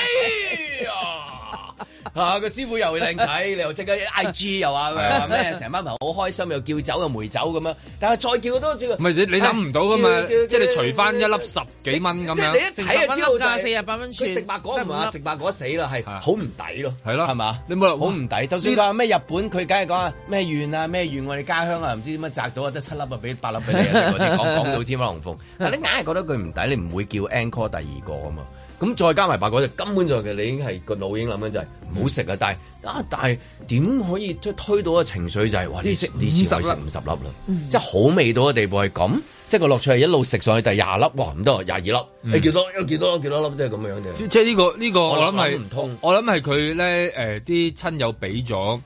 B: 啊！個師傅又靚仔，你又即刻 I G 又 [laughs] 話話咩？成班朋友好開心，又叫酒又梅酒咁樣。但係再叫多啊
C: 唔係你你諗唔到噶嘛？即係你除翻一粒十幾蚊咁
B: 即係
C: 樣，
B: 你一睇就知道就係
D: 四十八蚊串
B: 佢食白果唔
D: 得唔
B: 話
D: 得
B: 食白果死啦，係好唔抵咯，
C: 係咯，
B: 係嘛？
C: 你冇
B: 好唔抵。就算講咩日本，佢梗係講啊咩縣啊咩縣，我哋家鄉啊唔知點樣摘到啊，得七粒啊，俾八粒俾你 [laughs] 啊，嗰啲講講到天花龍鳳。但你硬係覺得佢唔抵，你唔會叫 encore 第二個啊嘛。咁再加埋白果就根本就係你已經係個腦已經諗緊就係唔好食啊！但係啊，但係點可以即係推到個情緒就係、哇！呢次呢次可以食五十粒嗯啦，即係好味道嘅地步係咁，即係個樂趣係一路食上去第廿粒，哇唔得啊，廿二粒，你幾多？有幾多？幾多粒？即係咁樣嘅。
C: 即係呢個呢個，我諗
B: 唔
C: 係
B: 通。
C: 我諗係佢咧誒啲親友俾咗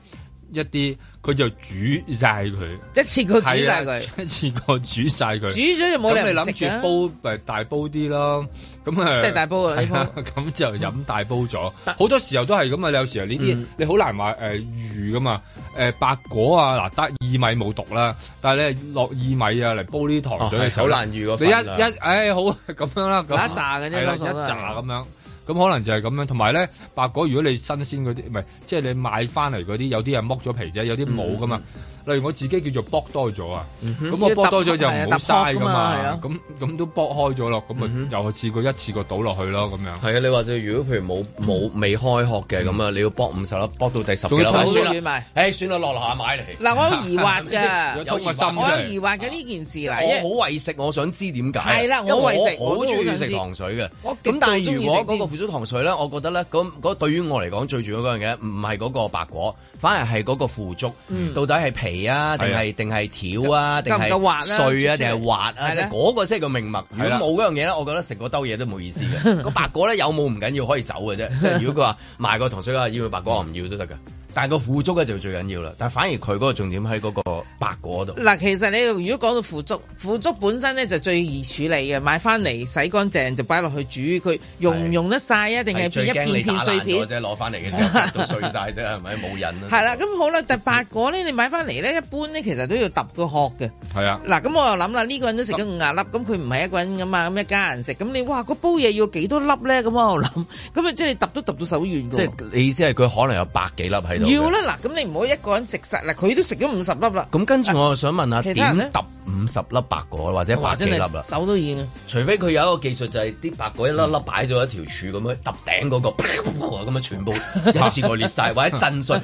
C: 一啲，佢就煮晒佢，
D: 一次過煮晒佢
C: [laughs] 係啊，一次過煮晒佢，
D: 煮咗就冇理
C: 咁
D: 由
C: 你
D: 唔食啊
C: 諗
D: 㗎
C: 住煲誒大煲啲啦，咁誒
D: 即係大煲啊呢 [laughs]
C: 係啊 [laughs] 咁就飲大煲咗。好多時候都係咁啊，有時候呢
B: 嗯
C: 啲你好難話誒預噶嘛，誒白果啊嗱得薏米冇毒啦，但係你落薏米啊嚟煲呢啲糖水嘅時候
B: 哦係
C: 呢
B: 好難預個
C: 你一
B: 份量
C: 一誒好啊 [laughs] 咁樣啦，咁
D: 嗱一紮嘅啫
C: 係啦
D: 多數
C: 一
D: 都係
C: 紮咁樣。咁可能就係咁樣，同埋咧白果，如果你新鮮嗰啲，唔係即係你買翻嚟嗰啲，有啲係剝咗皮啫，有啲冇噶嘛。例如我自己叫做剝多咗啊，咁、
B: 嗯哼
C: 我剝多咗就唔
B: 因為
C: 好嘥噶
B: 揼揼殼㗎嘛係
C: 嘛
B: 啊，嗯
C: 咁咁都剝開咗咯，咁咪又試過一次過倒落去咯，咁樣。
B: 係啊，你話就如果譬如冇冇未開學嘅咁啊，你要搏五十粒，搏到第十幾
C: 仲
B: 粒，
C: 要走
B: 算
D: 遠
B: 啦
D: 埋，
B: 誒算啦，落樓下買嚟。
D: 嗱，我有疑惑
B: 係咪先 [laughs]
D: 㗎，
B: 有疑惑
D: 我有疑惑嘅呢件事嗱，因為
B: 我好為食，我想知點解。啊
D: 係啦
B: 因為
D: 我為食
B: 我好
D: 我都
B: 中
D: 好
B: 意
D: 想
B: 食
D: 知
B: 糖水嘅。
D: 我極
B: 咁但係
D: 度
B: 如
D: 鍾意
B: 果
D: 食
B: 嗰個腐竹糖水咧，我覺得咧，咁嗰對於我嚟講最主要嗰樣嘢唔係嗰個白果，反而係嗰個腐竹，
D: 嗯
B: 到底係皮啊，定
C: 係
B: 係定係條啊，定
D: 夠唔夠
B: 係
D: 滑啊
B: 碎啊，定係滑
D: 係
B: 啊，
D: 啦
B: 即係嗰個先係個命脈。如
C: 係啦
B: 果冇嗰樣嘢咧，我覺得食嗰兜嘢都冇意思
D: [laughs]
B: 嘅。個白果咧有冇唔緊要，可以走嘅啫。即係如果佢話賣個糖水啊，要唔要白果，我唔要都得㗎。但係個腐竹咧就最緊要啦，但係反而佢嗰個重點喺嗰個白果度。
D: 嗱，其實你如果講到腐竹，腐竹本身咧就最易處理嘅，買翻嚟洗乾淨就擺落去煮，佢用唔用得晒啊？定係
B: 最
D: 變一
B: 驚你
D: 片片
B: 打
D: 碎
B: 爛咗
D: 片？
B: 啫，攞翻嚟嘅時候都碎晒啫，係咪冇人啊？
D: 係啦，咁好啦，第八個咧，你買翻嚟咧，一般咧其實都要揼個殼嘅。
C: 係啊，
D: 嗱，咁我又諗啦，呢個人都食咗五廿粒，咁佢唔係一個人噶嘛，咁一家人食，咁你哇，個煲嘢要幾多粒咧？咁我又諗， [laughs] 咁啊，即係你揼都揼到手軟㗎
B: [laughs]
D: 喎。
B: 即係你意思係佢可能有百幾粒喺度。
D: 要。啦，嗱，咁你唔好一個人食實啦，佢都食咗五十粒啦，
B: 咁跟住我又想問下，啊
D: 其他
B: 點
D: 人呢
B: 揼五十粒白果或者
D: 哇
B: 百幾
D: 真
B: 粒
D: 係
B: 啦？
D: 手都軟啊！
B: 除非佢有一個技術就係啲白果一粒粒擺咗一條柱咁樣揼頂嗰個， [laughs] 咁樣 [laughs] 全部一次過裂晒，或者震 [laughs] 碎，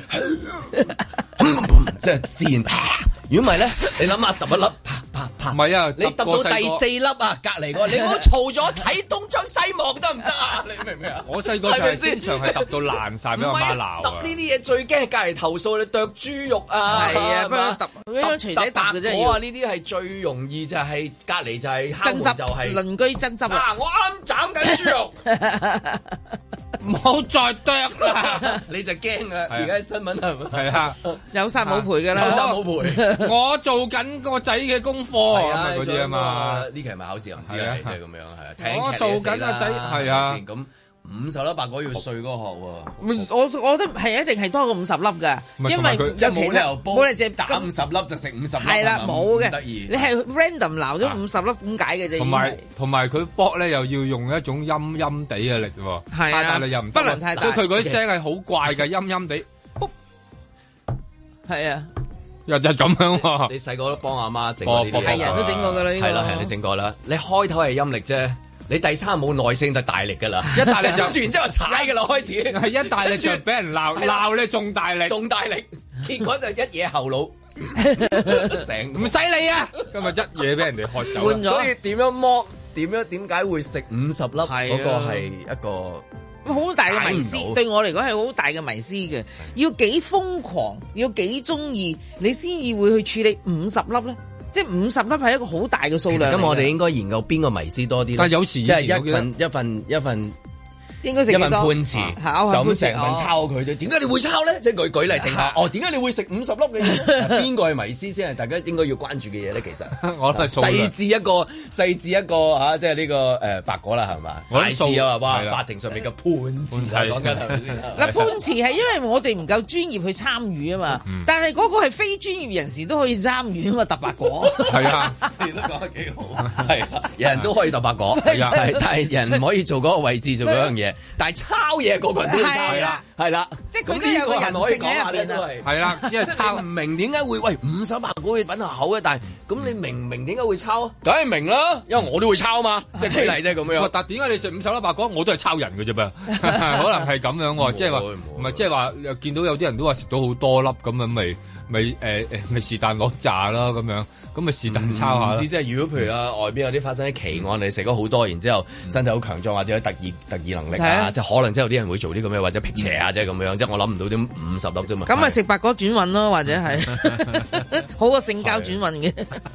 B: [laughs] 即係自然。如果唔係咧，你諗下揼一粒，啪啪啪
C: 唔係啊，
B: 你揼到第四粒啊，隔離嗰個
C: [laughs]
B: 你唔好嘈咗，睇東張西望得唔得啊？你明唔明啊？
C: 我細個就
B: 係咪
C: 係經
B: 先
C: 常係揼到爛晒俾
B: 唔
C: 阿
B: 係
C: 媽
B: 啊
C: 鬧
B: 揼
C: 啊
B: 呢！啲嘢最驚係隔離投訴你剁豬肉啊，
D: 係啊
B: 係
D: 不
B: 嘛
D: 過揼佢將錘仔揼嘅啫
B: 我
D: 要
B: 啊呢啲係最容易就係隔離就係敲
D: 爭
B: 門
D: 執
B: 就係
D: 鄰居爭執
B: 啊
D: 啦！
B: 我啱斬緊
C: [laughs]
B: 豬肉， [laughs]
C: 唔好再剁啦，
B: 你就驚啦！
C: 係啊
B: 而家新聞係咪？
C: 係
B: [laughs]
C: 啊，
D: 有殺冇賠㗎啦，
B: 啊有殺冇賠
C: 我做緊個仔嘅功課
B: 係
C: 咁啊嗰啲啊嘛。
B: 呢期係咪考試又唔知
C: 係
B: 啊
C: 啊，
B: 即係咁樣係啊。
C: 我
B: 聽劇
C: 做
B: 你就
C: 緊
B: 死
C: 啊
B: 啦
C: 仔係啊
B: 咪先咁五十粒白果要碎嗰個殼喎。
D: 我我覺得係一定係多過五十粒㗎，
B: 唔係
D: 因為
B: 同埋佢即係冇理由煲
D: 冇理由隻
B: 打五十粒就食五十粒，
D: 係
B: 係
D: 啦
B: 咪
D: 冇
B: 唔
D: 嘅
B: 得，意啊
D: 你係 random 撈咗五十粒咁解嘅啫，
C: 同埋同埋佢搏咧又要用一種陰陰地嘅力喎，
D: 係
C: 太
D: 啊
C: 大力又唔得喎
D: 不能太大
C: 所以佢嗰啲聲係好怪
D: [laughs]
C: 嘅，陰陰地，
D: 係啊，
C: 日日咁樣喎。
B: 你細個都幫阿媽整
C: 哦
B: 過呢啲嘢，
C: 係人都整過㗎啦呢個
B: 啊係啦係你整過啦。你開頭係陰力啫，你第三冇耐性就大力㗎啦，
C: 一大
B: [laughs]
C: 力就
B: 跟住然之後踩㗎啦開始，
C: 係一大力
D: [laughs]
C: 就俾人鬧，
B: 係啦
C: 鬧咧仲大力，
B: 仲大力，結果就一嘢後
C: [laughs]
B: 腦。成
C: 唔使你啊！今日一嘢俾人哋喝啊走啦，
B: 換咗，所以點樣剝？點樣點解會食五十粒？
C: 啊
B: 嗰個係一個
D: 好大嘅
B: 解唔
D: 迷思，
B: 到
D: 對我嚟講係好大嘅迷思嘅。要幾瘋狂，要幾中意，你先至會去處理五十粒咧。即係五十粒係一個好大嘅數
B: 其實
D: 量嚟㗎。
B: 咁我哋應該研究邊個迷思多啲呢
C: 但有時以
B: 即係
C: 前我
B: 一
C: 記得
B: 份一份一份
D: 應該食
B: 一
D: 幾
B: 份
D: 多？
B: 判
D: 啊
B: 詞，
D: 考
B: 就
D: 判
B: 咁
D: 詞
B: 成份
D: 哦
B: 抄佢啫。點解你會抄咧？即係舉舉例定
C: [laughs]
B: 下，哦，點解你會食五十粒嘅嘢？邊個係迷思先係大家應該要關注嘅嘢咧？其
C: [laughs]
B: 實
C: 我諗係數量
B: 細緻一個細緻一個嚇，即係呢個誒白果啦，係嘛？
C: 我
B: 大
C: 諗數
B: 致啊，哇！
C: 係啦
B: 法庭上面嘅判詞啊
C: 判係
B: 講緊係咪先？
D: 嗱，判詞係因為我哋唔夠專業去參與啊嘛，但係嗰個係非專業人士都可以參與啊嘛，特白 [laughs] 果。
C: 係啊，
B: 你都講得幾 [laughs] 好，係啊，人都可以揼白 [laughs] 果，
D: 係啊
B: 但係但係人唔可以做嗰個位置做嗰樣嘢，但係抄嘢嗰個人都要抄
D: 係啦，
B: 係啦，
D: 即係
B: 咁
D: 佢都有個
B: 呢係咪可以
D: 人性喺
B: 講下
D: 入邊
B: 呢都係
C: 係啦只
D: [laughs]
C: 係抄
B: 即你唔明點解會喂五十白果會品下口嘅，但係咁你明唔明點解會抄啊？梗係明啦，因為我都會抄 [laughs] 嘛，即係舉例啫咁
C: 喂
B: 樣。
C: 但點解你食五十粒白果？我都係抄人嘅啫
D: [laughs]
C: 噃，可能係咁樣喎，即係話唔係即係話又見到有啲人都話食到好多粒咁樣，咪咪誒誒咪是但攞炸啦咁樣，咁咪是
D: 嗯
C: 但抄下
B: 唔
C: 啦
B: 知。即係如果譬如啊，外邊有啲發生啲奇案，你食咗好多，然之後身體好強壯，或者有特異特異能力
D: 係
B: 啊，
D: 啊
B: 即嗯係可能即係有啲人會做啲咁嘅，或者辟邪啊，即係咁樣。即係我諗唔到啲五十粒啫嘛。
D: 咁啊咪食白果轉運咯，或者係 [laughs] 好過性交轉運嘅，
B: 係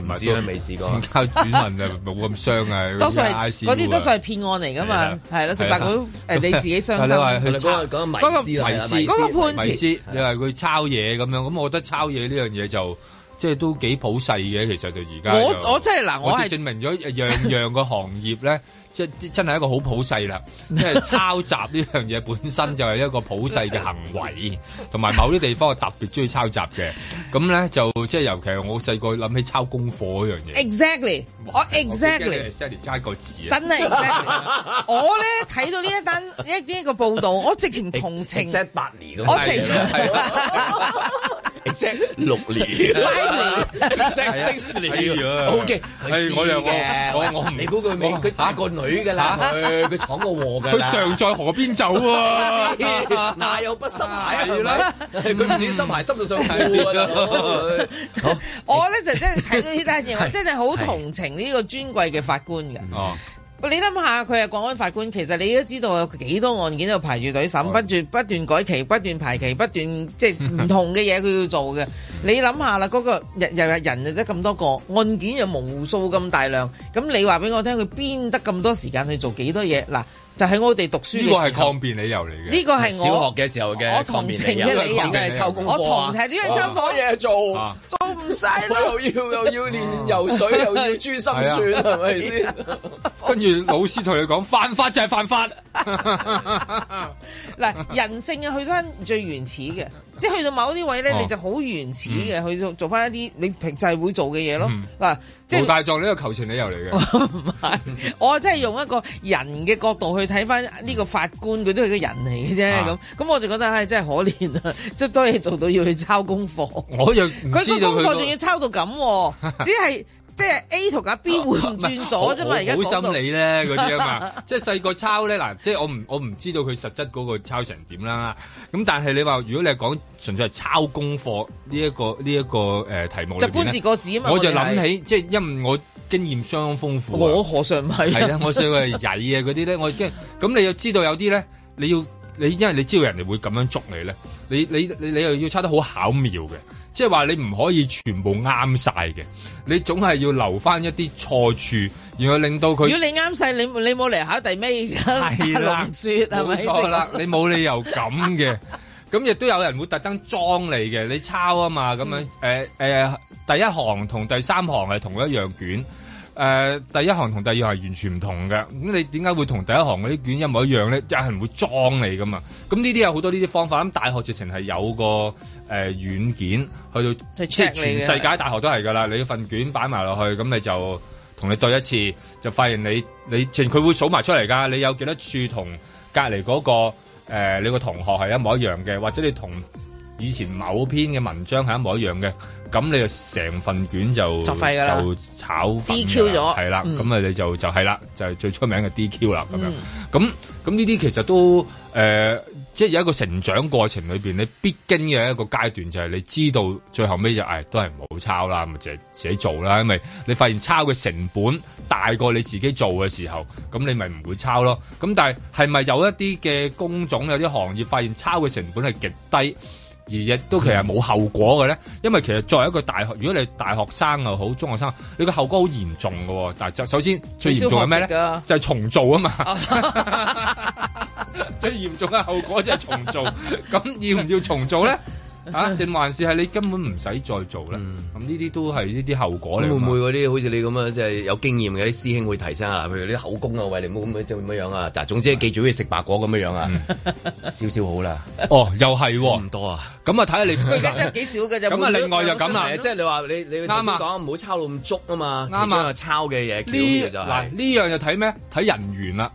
B: 唔知啦，啊未試 [laughs] 過。
C: 靠轉運啊，冇咁傷啊。
D: 多數係
C: 啲 ICU
D: 嗰啲多數係騙案嚟噶嘛，係咯，食白果誒你自己傷
C: 係
D: 心
C: 你話
D: 啦。
C: 去
B: 嗰個嗰個迷思啦
C: 迷思，
B: 係啦
D: 嗰個判詞
C: 迷思你話佢抄嘢咁樣，咁我覺得抄嘢呢樣嘢就即係都幾普世嘅，其實就而家
D: 我
C: 就
D: 我真係嗱我係
C: 即證明咗
D: [laughs]
C: 樣樣個行業咧，即係真係一個好普世啦。即係抄襲呢樣嘢本身就係一個普世嘅行為，同埋某啲地方我特別中意抄襲嘅。咁咧就即係尤其係我細個諗起抄功課嗰樣嘢
D: exactly，我
C: 我驚
D: exactly
C: 你。Sally 差一個字啊，
D: 真係 [laughs] exactly，我咧睇到呢一單一呢一個報導，我直情同情，
B: exact 八年咁
D: 我直
B: 係，exact 六年，exact
C: 係啊
B: six
C: 哎呀
B: 年，OK，佢
C: 係我又
B: 知嘅
C: 我我我唔
B: 你估佢未？佢打個女㗎啦，佢佢闖過禍㗎
C: [laughs] 佢
B: 啦。
C: 常在河邊走啊！
B: 哪有不濕鞋啊？
C: 係啦
B: 係咪佢唔止濕鞋，濕到上褲啊！大佬
D: [laughs] 我咧就真係睇到呢單嘢，我真係好同情呢個尊貴嘅法官嘅。
C: 哦，
D: 你諗下，佢係國安法官，其實你都知道有幾多案件喺度排住隊審，不斷不斷改期、不斷排期、不斷即係唔同嘅嘢佢要做嘅。你諗下啦，嗰、個日日日人就得咁多個案件，又無數咁大量，咁你話俾我聽，佢邊得咁多時間去做幾多嘢？嗱，就喺我哋讀書嘅
C: 呢個係
D: 時候
C: 抗辯理由嚟嘅。
D: 呢個係
B: 小
D: 我
B: 學嘅時候嘅
D: 我同情
B: 方
D: 嘅
B: 面嚟
D: 理由
B: 點解係抽功課
D: 我
B: 啊
D: 同情點解抽嗰嘢
B: 啊
D: 做，做唔晒 [laughs] 啦。
B: 又要又要練游水，又要珠心算，係咪
D: [laughs]
B: 先？
D: 啊
C: 跟住老師同你講，犯法就係犯法。
D: 嗱，人性啊，去翻最原始嘅，即係去到某啲位咧，
C: 哦
D: 你就好原始
B: 嗯
D: 嘅，去做做翻一啲你平就係會做嘅嘢咯
C: 嗯。
D: 嗱，即
C: 無
D: 係
C: 大狀呢個求情理由嚟嘅，
D: [laughs] 我真係用一個人嘅角度去睇翻呢個法官，佢都係個人嚟嘅啫。咁
C: 啊
D: 咁我就覺得唉，真係可憐啊！即係多嘢做到要去抄功課，
C: 我又唔
D: 佢
C: 知
D: 個
C: 道佢
D: 功課
C: 個 [laughs]
D: 仲要抄到咁喎，只係。即係 A 同阿 B 換轉咗啫嘛，而家
C: 好
D: 講到
C: 心理咧嗰啲啊嘛， [laughs] 即係細個抄咧嗱，即係我唔我唔知道佢實質嗰個抄成點啦。咁但係你話如果你係講純粹係抄功課呢一個呢一個誒題目裏邊
D: 就
C: 呢，
D: 搬字個字啊嘛
C: 我就
D: 我哋係
C: 諗起即係因為我經驗相當豐富啊。
D: 我何嘗唔係啊
C: 係啦，我細個係曳啊嗰啲咧，我驚咁你又知道有啲咧，你要你因為你知道人哋會咁樣捉你咧，你你你你又要猜得好巧妙嘅，即係話你唔可以全部啱晒嘅，你總係要留翻一啲錯處，然後令到佢
D: 如果你啱晒，你你冇嚟考第尾㗎， [laughs]
C: 係啦
D: 龍雪係咪？
C: 冇錯啦，你冇理由咁
D: [laughs]
C: 嘅。咁亦都有人會特登裝你嘅，你抄啊嘛咁樣。誒誒、
D: 嗯
C: 第一行同第三行係同一樣卷。誒、第一行同第二行係完全唔同嘅。咁你點解會同第一行嗰啲卷一模一樣咧？有人會裝你噶嘛？咁呢啲有好多呢啲方法。咁大學直情係有個誒、呃、軟件去到，即
D: check
C: 係
D: 你嘅
C: 全世界大學都係噶啦。你份卷擺埋落去，咁你就。同你對一次，就發現你你淨佢會數埋出嚟㗎，你有幾多處同隔離嗰個、呃、你個同學係一模一樣嘅，或者你同以前某篇嘅文章係一模一樣嘅，咁你就成份卷就
D: 作廢㗎啦
C: 就炒粉㗎
D: DQ 咗
C: 係啦，
D: 嗯
C: 咁啊你就就係啦，就係最出名嘅 DQ 啦咁樣
D: 嗯。
C: 咁咁呢啲其實都誒、呃即係有一個成長過程裏邊，你必經嘅一個階段就係你知道最後尾就誒、唉都係唔好抄啦，咪啊自己自己做啦，因為你發現抄嘅成本大過你自己做嘅時候，咁你咪唔會抄咯。咁但係係咪有一啲嘅工種有啲行業發現抄嘅成本係極低？而亦都其實冇後果嘅咧，因為其實作為一個大學，如果你係大學生又好，中學生，你個後果好嚴重嘅喎。但係就首先最嚴重係咩咧？
D: 取消學籍㗎
C: 就係重做啊嘛。最嚴重嘅後果就係重做。咁要唔要重做咧？啊，定還是係你根本唔使再做咧？咁呢啲都係呢啲後果嚟
B: 咁
C: 㗎
B: 會唔
C: 嘛。
B: 會嗰啲好似你咁啊樣，即係有經驗嘅啲師兄會提醒啊？譬如啲口供啊，喂，你唔好咁樣即係咁樣啊！但係總之記住好似食白果咁樣樣啊， [laughs] 少少好啦。
C: 嗯哦，又係喎，唔
B: 多啊。
C: 咁啊，睇下你
D: 佢而家真係幾少㗎啫。
B: 咁啊另外就咁啦
D: 每個
B: 即係你話你你
C: 啱啊
B: 講唔好抄到咁足啊嘛，
C: 啱啊
B: 你將個抄嘅嘢
C: 呢
B: 呢就
C: 嗱
B: 係。
C: 呢樣就睇咩？睇人緣
B: [laughs]
C: 啦。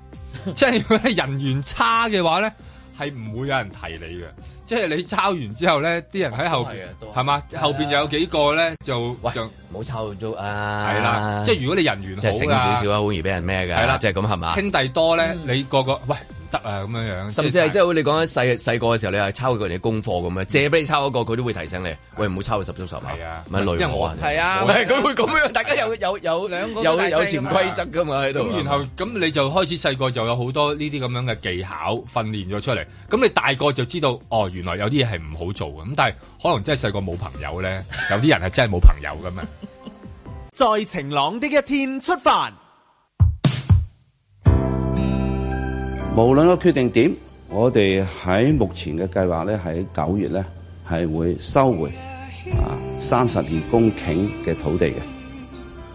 C: 即係如果你人緣差嘅話咧，係唔會有人提你嘅。即係你抄完之後咧，啲人喺後邊
B: 哦都係嘅都係
C: 係嘛？後邊就有幾個咧就
B: 喂
C: 就
B: 唔好抄到啊！
C: 係啦。即係如果你人緣
B: 即係醒
C: 好啊
B: 少少啊，好易俾人咩㗎？
C: 係啦
B: 即係咁係嘛？
C: 兄弟多咧，你個個喂唔得啊咁樣樣，
B: 甚至係即係好似你講緊細細個嘅時候，你係抄佢哋功課咁樣，借俾你抄嗰個，佢都會提醒你，喂唔好抄到十足十啊，咪累
C: 因為
B: 我啊！
D: 係啊
B: 唔係佢會咁樣，大家有有有兩
D: 個
B: 有
D: 大劑㗎嘛
B: 有潛規則㗎嘛喺度。啊
C: 咁然後咁你就開始細個就有好多呢啲咁樣嘅技巧訓練咗出嚟，咁你大個就知道哦，原來有啲嘢係唔好做嘅，咁但係可能真係細個冇朋友
B: [laughs]
C: 咧，有啲人係真係冇朋友噶嘛。
E: 在晴朗的一天出發。
H: 無論個決定點，我哋喺目前嘅計劃咧，喺九月咧係會收回啊三十二公頃嘅土地嘅。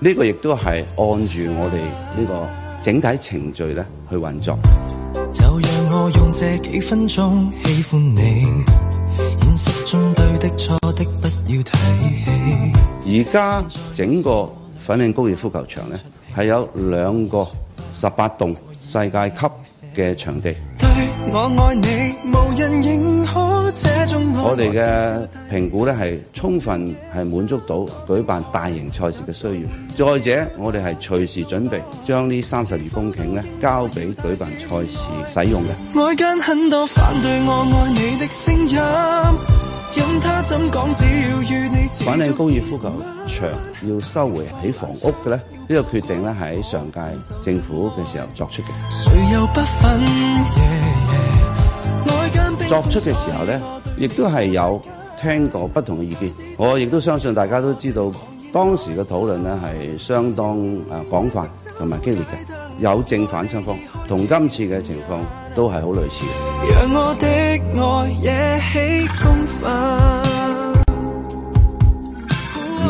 H: 呢、個亦都係按住我哋呢個整體程序咧去運作。
P: 就讓我用這幾分鐘喜歡你，現實中對的錯的不要提起。
H: 而家整個粉嶺高爾夫球場咧係有兩個十八棟世界級嘅場地。
P: 對我愛你，無人認可這種愛。
H: 我哋嘅評估咧係充分係滿足到舉辦大型賽事嘅需要。再者，我哋係隨時準備將呢三十二公頃咧交俾舉辦賽事使用嘅。
P: 外間很多反對我愛你的聲音，任他怎講，只要與你始
H: 反
P: 終
H: 正高爾夫球場要收回起房屋嘅咧，呢、個決定咧喺上屆政府嘅時候作出嘅。
P: 誰又不忿？外間冰
H: 作出嘅時候咧，亦都係有聽過不同嘅意見。我亦都相信大家都知道，當時嘅討論咧係相當誒廣泛同埋激烈嘅，有正反雙方，同今次嘅情況都係好類似嘅。
P: 讓我的愛惹起公憤。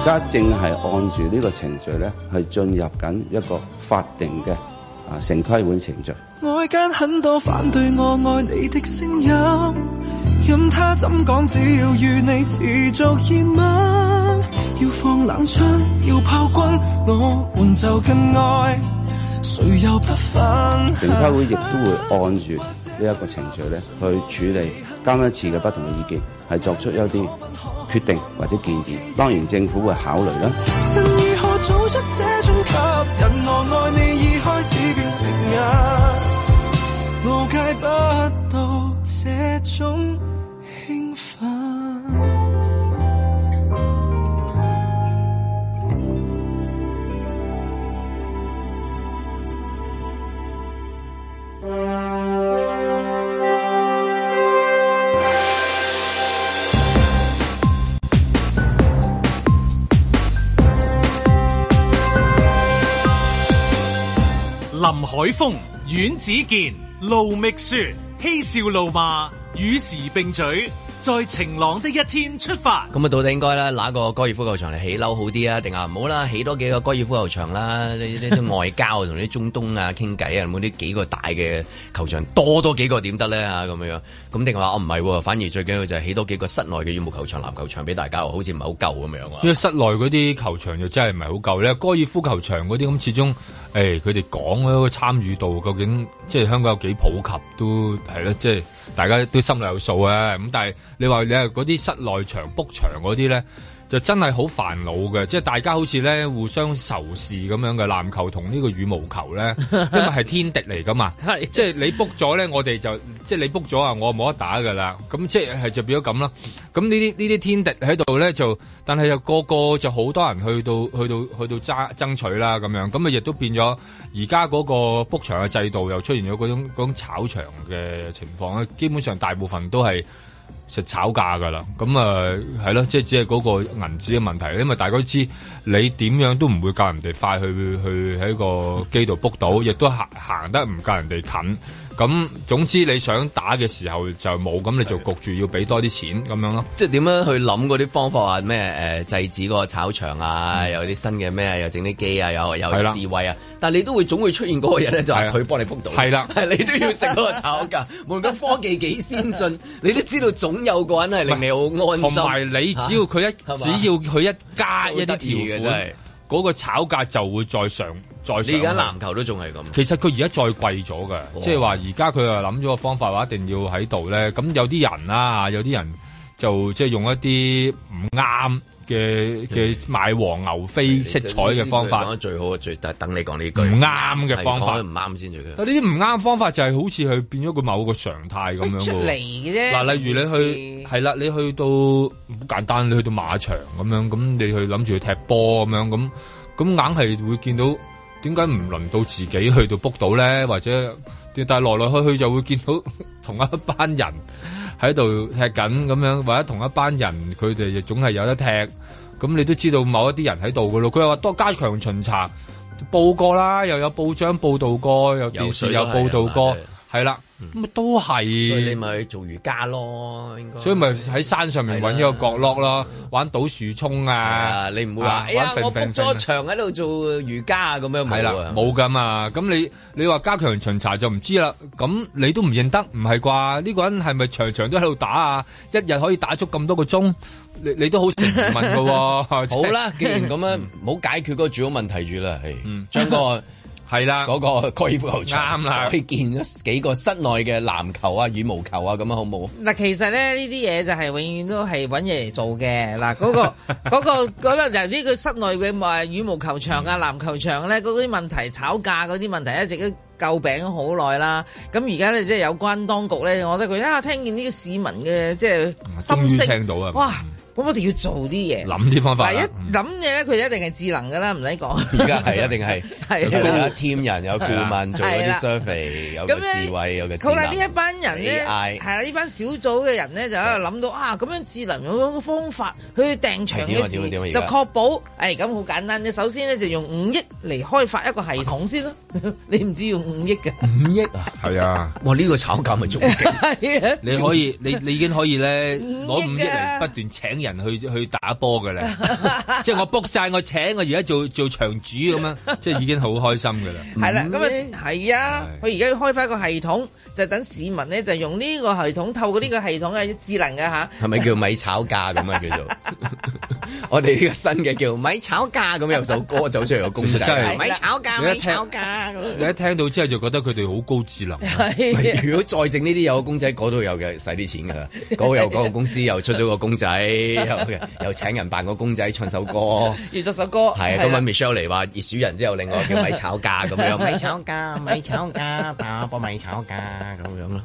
H: 而家正係按住呢個程序咧，係進入緊一個法定嘅啊城規會程序。
P: 外間很多反對我愛你的聲音，任他怎講，只要與你持續熱吻，啊要放冷槍，要炮轟，我們就更愛，誰又不忿？
H: 城規會亦都會按住呢一個程序咧，去處理監一次嘅不同嘅意見，係作出一啲決定或者建議。當然政府會考慮啦。
P: 神如何早付出這種吸引，我愛你已開始變成癮，無戒不到這種興奮。
A: 林海峰、阮子健、盧覓雪，嬉笑怒罵，與時並舉，在晴朗的一天出發。
B: 咁啊，到底應該啦，揦個高爾夫球場嚟起樓好啲啊，定係唔好啦，起多幾個高爾夫球場啦？呢呢啲外交啊同啲中東啊傾偈啊，有冇呢幾個大嘅球場多多幾個點得咧啊？咁樣咁定係話我唔係喎，反而最緊要就係起多幾個室內嘅羽毛球場、籃球場俾大家喎，好似唔係好夠咁樣啊！
C: 因為室內嗰啲球場就真係唔係好夠咧，高爾夫球場嗰啲咁始終，誒佢哋講嗰個參與度究竟即係香港有幾普及都係啦，即係大家都心裏有數啊。咁但係你話你係嗰啲室內場 book 場嗰啲咧，就真係好煩惱嘅，即係大家好似咧互相仇視咁樣嘅籃球同呢個羽毛球咧，因為係天敵嚟噶嘛，即係你 book 咗咧，我哋就即係你 book 咗啊，我冇得打噶啦，咁即係就變咗咁啦。咁呢啲呢啲天敵喺度咧，就但係又個個就好多人去到去到去到爭爭取啦咁樣，咁啊亦都變咗而家嗰個 book 場嘅制度又出現咗嗰種嗰種炒場嘅情況咧，基本上大部分都係。實炒價㗎啦，咁啊係咯，即係只係嗰個銀紙嘅問題，因為大家都知你點樣都唔會夠人哋快去去喺個機度 book 到，亦都行行得唔夠人哋近。咁總之你想打嘅時候就冇，咁你就焗住要俾多啲錢咁樣咯。
B: 即係點樣去諗嗰啲方法啊？咩誒、呃制止嗰個炒場啊？有啲新嘅咩？又整啲機啊？有有
C: 嗯係啦
B: 智慧啊？但係你都會總會出現嗰個人咧，就係佢幫你 book 到。
C: 係啦
B: [laughs] 係你都要食嗰個炒價。無論科技幾先
C: [laughs]
B: 進，你都知道總有個人係令你好安心。
C: 同埋你只要佢一
B: 嚇啊係嘛
C: 只要佢一加一啲
B: 真係
C: 條
B: 好得意嘅真係
C: 款，嗰個炒價就會再上再上。
B: 你而家籃球都仲係咁。
C: 其實佢而家再貴咗嘅，即係話而家佢又諗咗個方法話一定要喺度咧。咁有啲人啦、啊有啲人就即係用一啲唔啱嘅嘅
B: 嗯
C: 賣黃牛飛色彩嘅方法
B: 講。得最好嘅最，但係等你講呢句
C: 唔啱嘅方法
B: 係講得唔啱先最緊要
C: 但呢啲唔啱方法就係好似佢變咗佢某個常態咁樣
D: 出
C: 喎
D: 嚟嘅啫
C: 嗱，例如你去係啦，你去到好簡單，你去到馬場咁樣，咁你去諗住去踢波咁樣，咁咁硬係會見到點解唔輪到自己去到 book 到咧？或者但係來來去去就會見到 [laughs] 同一班人喺度踢緊咁樣，或者同一班人佢哋亦總係有得踢。咁你都知道某一啲人喺度噶咯，佢又話多加強巡查。報過啦，又有報章報導過，有電視有報導過，係啦，咁都係。所以你
B: 咪做瑜伽咯，應該。
C: 所以咪喺山上面揾一個角落咯，玩倒樹衝 À，啊！
B: 你唔會話，哎呀，我 book 咗場喺度做瑜伽啊，咁樣
C: 係
B: 冇
C: 啦
B: 啊，。
C: 冇噶嘛。咁你你話加強巡查就唔知啦。咁你都唔認得，唔係啩？呢個人係咪場場都喺度打啊？一日可以打足咁多個鐘，你你都好成疑問噶喎。
B: [laughs] 好
C: [laughs]
B: 啦，既然咁樣，唔好解決嗰個主要問題住啦，係將個
C: 係啦
B: 嗰個高爾夫球場
C: 啱啦
B: 改建咗幾個室內嘅籃球啊、羽毛球啊，咁樣好冇？
D: 嗱，其實咧呢啲嘢就係永遠都係揾嘢嚟做嘅。嗱，嗰、個嗰、個嗰嗱呢個室內嘅誒羽毛球場啊、籃球場咧，嗰啲問題炒價嗰啲問題一直都詬病咗好耐啦。咁而家咧即係有關當局咧，我覺得佢啊聽見呢個市民嘅即係
C: 終於
D: 心聲，
C: 聽到啊
D: 哇！咁我哋要做啲嘢，
C: 諗啲方法
D: 嗱，
C: 啦
D: 一諗嘢咧，佢一定係智能噶啦，唔使講。
B: 而家係一定係，
D: 係啊
B: 佢有一 team 人，有顧問做嗰
D: 係
B: 啲
D: 啦
B: survey，有個
D: 咁咧
B: 智慧，有個智
D: 好啦，
B: 能
D: 呢一班人咧，
B: AI
D: 係啦，呢班小組嘅人咧就喺度諗到啊，咁樣智能嗰個方法去訂場
B: 點啊
D: 嘅時
B: 點啊點啊而
D: 就
B: 家
D: 確保，誒咁好簡單啫。首先咧就用五億嚟開發一個系統先啦， [laughs] 你唔知用五億㗎，
C: 五億係啊！
B: 哇，呢個炒價咪仲勁。
D: 係啊
C: 你可以，你你已經可以咧攞
D: 五
C: 五
D: 億
C: 億嚟
D: 啊
C: 不斷請人去去打波嘅啦， [laughs] 即係我 book 晒，我請我而家做做場主咁
D: [laughs]
C: 樣，即係已經好開心嘅啦。
D: 係啦，咁啊係啊，佢而家要開發一個系統，就等市民咧就用啊呢個系統，透過呢個系統嘅智能嘅吓，
B: 係咪叫米炒價咁啊？叫做我哋呢個新嘅叫咪炒價咁有首歌走出嚟個公仔，
C: 其實真係
B: 咪炒價，
C: 你一
B: 咪
C: 聽
B: 炒價咁。
C: 你一聽到之後就覺得佢哋好高智能。 [laughs]
D: 啊
B: 喂哎如果再整呢啲有個公仔，嗰度又嘅使啲錢㗎啦，嗰度 [laughs] 又嗰個公司又出咗個公仔，又又請人扮個公仔唱首歌。
D: 要作首歌
B: 係
D: 係
B: 咁
D: 啦
B: 啊，Michelle 嚟話熱暑人之後，另外叫咪炒價咁 [laughs] 樣，咪炒價，啊咪炒價，打波咪炒價咁樣咯。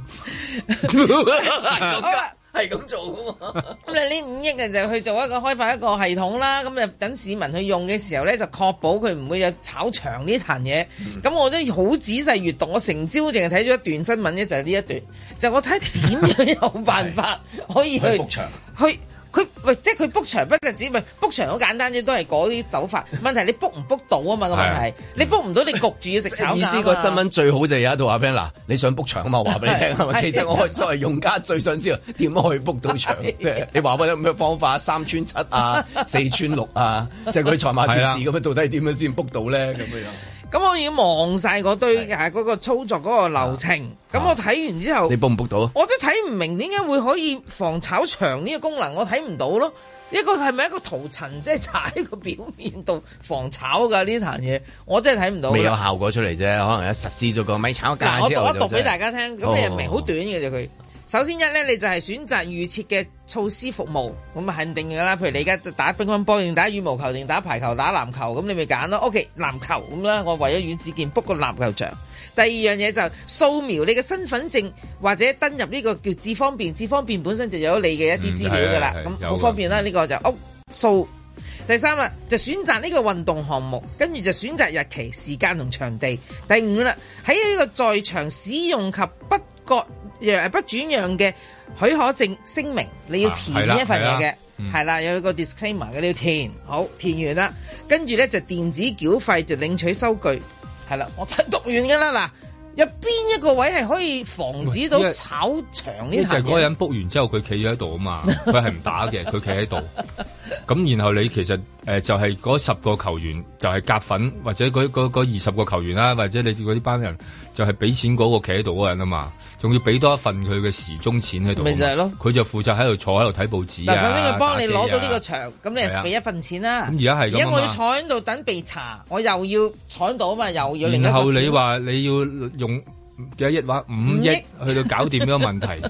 B: 係 [laughs] 咁做啊嘛。
D: [laughs] 咁你呢五億嘅就去做一個開發一個系統啦，咁就等市民去用嘅時候咧，就確保佢唔會有炒長呢壇嘢。
B: 嗯
D: 咁、我都好仔細閱讀，我成朝淨係睇咗一段新聞咧，就係、呢一段，就我睇點樣有辦
B: [laughs]
D: 法可以去
B: 去 book 場
D: 去佢喂，即係佢 book 場不特止，咪 book 場好簡單啫，都係嗰啲手法。問題你 book 唔 book 到啊嘛？個問題你 book 唔到，你焗住要食炒價啊嘛。
B: 意思個新聞最好就有一度話俾你聽嗱，你想 book 場啊嘛，話俾你聽 [laughs] 係咪？其
D: 係
B: 實我作為用家最想知道點可以 book 到場，即 [laughs] 係你話俾我聽有咩方法，三穿七啊，四穿六啊，即係嗰啲賽馬電視咁樣，到底點樣先 book 到咧？咁樣
D: 咁我已經忘晒嗰堆啊嗰個操作嗰個流程。咁我睇完之後，
B: 啊你 book 唔 book 到啊？
D: 我都睇唔明點解會可以防炒牆呢個功能，我睇唔到咯。一個係咪一個塗層，即係搽喺個表面度防炒㗎呢壇嘢？我真係睇唔到。
B: 未啊有效果出嚟啫，可能一實施咗個咪炒
D: 嗱，
B: 價
D: 我
Q: 啊
B: 之後
D: 讀一
B: 就真
D: 讀
B: 係
D: 俾大家聽，
Q: 哦
D: 咁你又明好短嘅啫佢。首先一咧，你就係選擇預設嘅措施服務，咁啊肯定㗎啦。譬如你而家打乒乓波定打羽毛球定打排球打籃球，咁你咪揀咯。OK，籃球咁啦，我為咗阮子健 book 個籃球場。第二樣嘢就掃描你嘅身份證或者登入呢個叫智方便，智方便本身就有你嘅一啲資料㗎啦，
Q: 嗯係係係
D: 咁
Q: 有
D: 好
Q: 㗎
D: 方便啦。呢個就哦掃。第三啦，就選擇呢個運動項目，跟住就選擇日期、時間同場地。第五啦，喺呢個在場使用及不割讓不轉讓嘅許可證聲明，你要填
Q: 啊係啦
D: 呢一份嘢
Q: 係
D: 嘅
Q: 啦。嗯
D: 係啦，有一個 disclaimer 嘅，你要填，好填完啦，跟住咧就電子繳費就領取收據，係啦，我讀完噶啦嗱，有邊一個位係可以防止到
C: 喂因為
D: 炒場呢
C: 呢就係
D: 壇
C: 嗰個
D: 嘢？
C: 人 book 完之後，佢企咗喺度啊
D: [laughs]
C: 嘛，佢係唔打嘅，佢企喺度。咁然後你其實誒、呃就係、嗰十個球員就係夾粉，或者嗰嗰嗰二十個球員啦，或者你嗰啲班人就係俾錢嗰個企喺度嗰人啊嘛，仲要俾多一份佢嘅時鐘錢喺度啊嘛。
D: 咪就係咯
C: 佢就負責喺度坐喺度睇報紙啊。
D: 嗱，首先佢幫你攞到
C: 打
D: 呢個
C: 機啊
D: 場，咁你
C: 係
D: 就
C: 啊
D: 俾一份錢啦。
C: 咁而家係咁啊嘛
D: 而家我要坐喺度等被查，我又要坐喺度啊嘛，又要另一個
C: 然後你
D: 錢
C: 話你要用幾多億話五億去到搞掂呢個問
D: [laughs]
C: 題，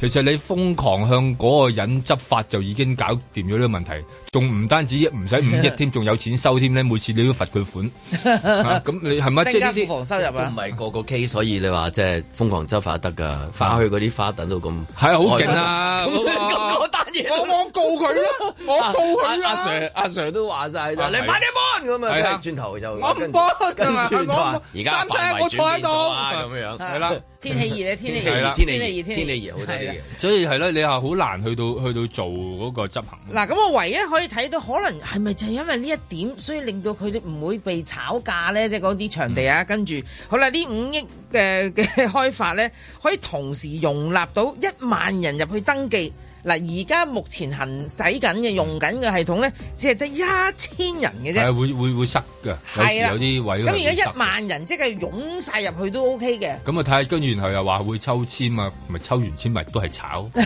C: 其實你瘋狂向嗰個人執法就已經搞掂咗呢個問題，仲唔單止唔使
D: [laughs]
C: 五億添，仲有錢收添咧，每次你都罰佢款。啊咁你係咪即係呢啲？
D: 收入啊
B: 唔係個個 case，所以你話即係瘋狂執法得㗎，花去嗰啲花等到咁
C: 係啊好勁
D: 哦
C: 啊！
B: 咁咁嗰單嘢，我
C: 我告佢啦，我
B: 告佢啦。阿 Sir 阿 Sir 都話晒
C: 啊
B: 啦，你
C: 係
B: 快啲 b 咁
C: 係
B: 啊
C: 啊！
B: 轉頭就
C: 我唔 bond 㗎嘛
B: 跟住就話
C: 我唔
B: 而家
C: 三
B: 範
C: 尺
B: 圍
C: 我坐喺度
B: 轉變咗啊咁樣
D: 係啦天氣熱咧天氣熱
C: 係啦
D: 天氣熱天氣熱
B: 好
D: 係
B: 啲
D: 啊
B: 嘅。
C: 所以係咯，你係好難去到去到做嗰個執行。
D: 嗱，咁我唯一可以睇到，可能係咪就係因為呢一點，所以令到佢哋唔會被炒價咧？即係嗰啲場地啊，
C: 嗯
D: 跟住好啦，呢五億呃嘅嘅開發咧，可以同時容納到一萬人入去登記。嗱，而家目前行使緊嘅用緊嘅系統咧，只係得一千人嘅
C: 係啊
D: 啫。
C: 會會會塞㗎，有時
D: 啦，
C: 有啲位
D: 咁
C: 會
D: 而
C: 塞
D: 家一萬人即係湧晒入去都 OK 嘅。
C: 咁啊睇下，跟住然後又話會抽籤嘛，咪抽完籤咪都係
D: [laughs]
C: 炒， [laughs]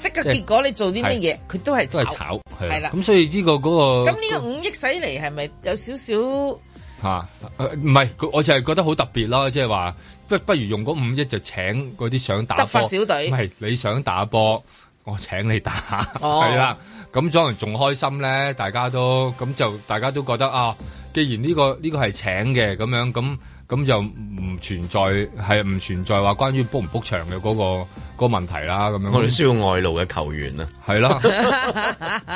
D: 即係結果你做啲乜嘢，佢都係
C: 都係炒，係
D: 係啦
C: 啦。咁所以呢個嗰
D: 咁
C: 個
D: 呢個五億使嚟係咪有少少？
C: 嚇呃唔係，佢我就係覺得好特別啦，即係話不不如用嗰五億就請嗰啲想打
D: 執法
C: 波
D: 小隊
C: 唔係你想打波，我請你打，
D: 哦
C: [laughs] 係啦。咁可能仲開心咧，大家都咁就大家都覺得啊，既然呢個呢個係請嘅咁樣咁。咁就唔存在係唔存在話關於 book 唔 book 場嘅嗰個嗰個問題啦，咁樣
B: 我哋需要外勞嘅球員啊，
C: 係啦。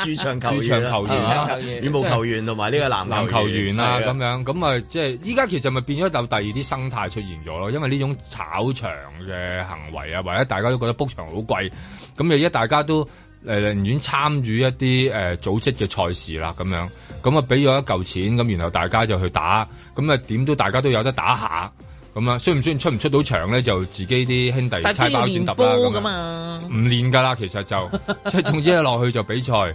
B: 駐場球
C: 駐
B: 員
C: 場
B: 啦、
C: 球員啦、
B: 羽毛球員同埋呢個籃
C: 籃球員啦
B: 係啊
C: 咁樣，咁啊即係依家其實咪變咗有第二啲生態出現咗咯，因為呢種炒場嘅行為啊，或者大家都覺得 book 場好貴，咁而家大家都誒呃寧願參與一啲誒、呃、組織嘅賽事啦，咁樣，咁啊俾咗一嚿錢，咁然後大家就去打，咁啊點都大家都有得打下。咁啊，雖唔雖然出唔出到場咧，就自己啲兄弟
D: 但係
C: 猜
D: 都要
C: 包先揼
D: 練
C: 啦。
D: 波
C: 咁啊
D: 噶
C: 樣
D: 嘛。 [laughs]
C: 唔練㗎啦，其實就即係總之一落去就比賽，咁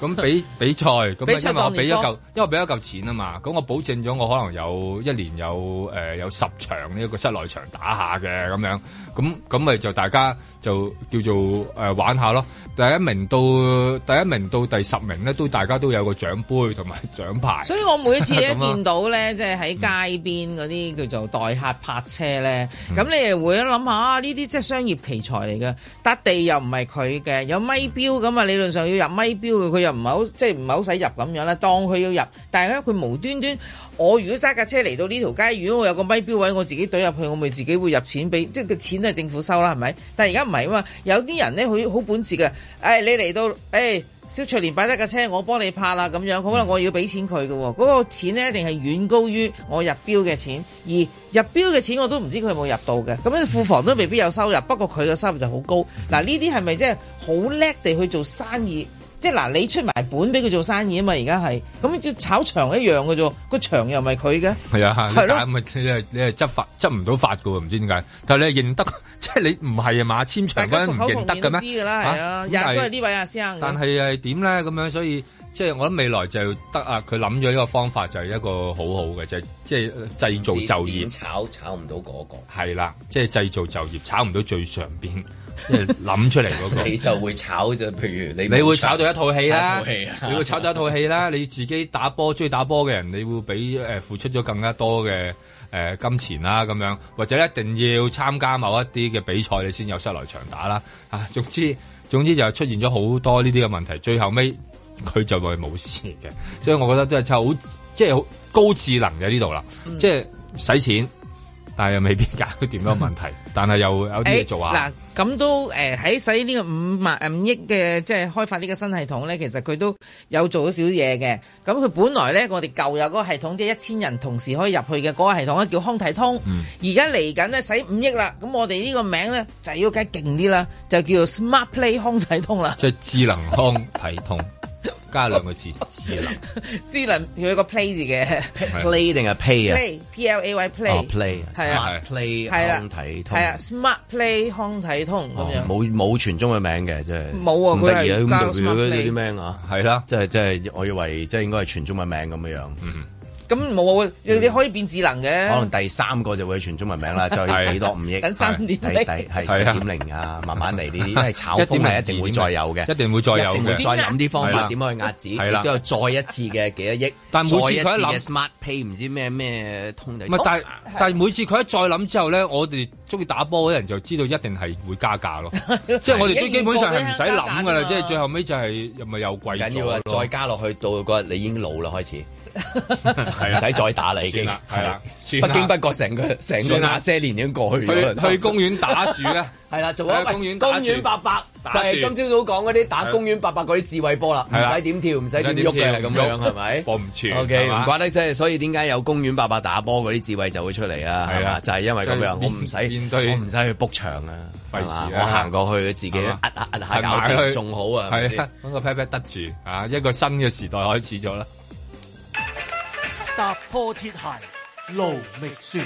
C: 咁比比賽，咁啊
D: 比賽
C: 因為我
D: 當年
C: 俾咗嚿
D: 幫，
C: 因為我俾咗嚿錢啊嘛，咁我保證咗我可能有一年有誒、呃有十場呢一個室內場打下嘅咁樣，咁咁咪就大家就叫做誒、呃玩下咯。第一名到第一名到第十名咧，都大家都有個獎杯同埋獎牌。
D: 所以我每一次咧
C: [laughs] 咁啊
D: 見到咧，即係喺街邊嗰啲叫做代客泊車咧，
C: 嗯
D: 咁你又會諗下啊呢啲即係商業奇才嚟嘅，笪地又唔係佢嘅，有咪標咁啊，理論上要入咪標嘅，佢又唔係好即係唔係好使入咁樣啦，當佢要入，但係咧佢無端端，我如果揸架車嚟到呢條街，如果我有個咪標位，我自己懟入去，我咪自己會入錢俾，即係個錢都係政府收啦，係咪？但係而家唔係啊嘛，有啲人咧佢好本事嘅，誒、你嚟到誒。哎小翠蓮擺得架車，我幫你拍啦咁樣，好啦，我要俾錢佢嘅喎，嗰、個錢咧一定係遠高於我入標嘅錢，而入標嘅錢我都唔知佢有冇入到嘅，咁樣庫房都未必有收入，不過佢嘅收入就好高。嗱，呢啲係咪即係好叻地去做生意？即係嗱，你出埋本俾佢做生意啊嘛，而家係咁要炒場一樣嘅啫，個場又唔係佢嘅，
C: 係啊，
D: 係咯
C: 但係咪你係你係執法執唔到法嘅喎，唔知點解。但係你係認得， [laughs] 即係你唔係啊嘛？簽
D: 大
C: 場
D: 家
C: 嗰
D: 熟
C: 陣唔
D: 口
C: 認
D: 熟
C: 得
D: 面都
C: 嘅
D: 知
C: 咩？
D: 㗎啦，係啊，
C: 咁
D: 日日都係
C: 係
D: 呢位阿師兄。
C: 但係係點咧？咁樣所以即係我諗未來就得啊！佢諗咗一個方法就係一個好好嘅，就係即係呃製造就業。
B: 炒炒唔到嗰個，
C: 係啦，即係製造就業，炒唔到最上邊，即係諗出嚟嗰個。
B: [laughs] 你就會炒咗，譬如你
C: 你會炒到一套戲啦，
B: 一套戲啊
C: [laughs] 你會炒到一套戲啦。你自己打波、中意打波嘅人，你會俾誒、呃付出咗更加多嘅誒、呃金錢啦，咁樣或者一定要參加某一啲嘅比賽，你先有室內場打啦。 [laughs] 啊，總之總之就出現咗好多呢啲嘅問題，最後尾佢就會冇事嘅。所以我覺得真係就好，即係好高智能嘅呢度啦，即係使錢，但係又未必解決點樣問題，但係又有啲嘢做啊下。
D: 嗱，咁都誒喺使呢個五萬五億嘅即係開發呢個新系統咧，其實佢都有做咗少嘢嘅。咁佢本來咧，我哋舊有嗰個系統即係一千人同時可以入去嘅嗰個系統咧，叫康體通。
C: 嗯
D: 而家嚟緊咧使五億啦，咁我哋呢個名咧就要梗係勁啲啦，就叫做 Smart Play 康體通啦。 [laughs]
C: 即係智能康體通，加兩個字智能。
D: 智能佢有個 play 字嘅 [laughs]
B: play 定係 pay 啊
D: play P L A Y play
B: 哦 play 啊
D: 係啊
B: smart play
D: 係啦
B: 康體通
D: 係啊 Smart Play 康體通咁樣。
B: 哦冇冇傳中嘅名嘅，真係
D: 冇啊
B: 唔得意
D: 佢係
B: 咁
D: 加
B: 代表
D: Smart
B: 嗰
D: Play
B: 啲名啊，
C: 係啦，
B: 即係即係我以為即係應該係全中文名咁樣樣，嗯，
D: 咁冇啊，你可以變智能嘅。
B: 可能第三個就會係全中文
D: [laughs]
B: 名啦，再俾多五億，
D: 啊等三年
B: 係
D: 零
B: 第第係
C: 係啊
B: 一點零啊，慢慢嚟呢啲，因為炒風係一定會再有嘅，
C: 一定會再有嘅
B: 一定會再諗啲方法點樣去壓止，
C: 係啦
B: 亦都有再一次嘅幾多億，
C: 但每次
B: 再一次
C: 佢一諗
B: 嘅 smart pay 唔知咩咩通哦就
C: 唔啊係，但係但係每次佢一再諗之後咧，我哋中意打波嘅人就知道一定係會加
B: [laughs]
C: 價咯。即係我哋都基本上係唔使諗噶啦，即係最後尾就係又咪又貴
B: 緊要啊！再加落去到嗰日，你已經老啦，開始唔
C: 啊
B: 使再打啦，已經
C: 算啦係啦算啦
B: 不經不啊覺成個成個
C: 算啦
B: 那些年已經過去咗啦
C: 去去公園打樹
B: [laughs]
C: 啊，
B: 係啦，做
C: 喺
B: 咗
C: 公園打樹
B: 公園八百，
C: 打
B: 就係
C: 樹
B: 今朝早講嗰啲打公園八百嗰啲智慧波啦，唔
C: 係啦
B: 使點跳，唔使點喐嘅咁樣係咪？
C: 播唔住。
B: O K，
C: 係
B: 唔
C: 嘛
B: 怪得即係，所以點解有公園伯伯打波嗰啲智慧就會出嚟啦，係
C: 係
B: 嘛？
C: 啊
B: 就係因為咁
C: 就
B: 樣，我
C: 係
B: 唔使
C: 面對
B: 我唔使去 book 場啊，
C: 費事啊
B: 係嘛我行過去自己
C: 係嘛
B: 壓下壓下
C: 係
B: 搞
C: 埋
B: 掂
C: 佢
B: 仲好啊，係咪
C: 係
B: 先
C: 啊？，揾個 pat pat 得住啊，一個新嘅時代開始咗啦。
A: 踏破鐵鞋路未雪。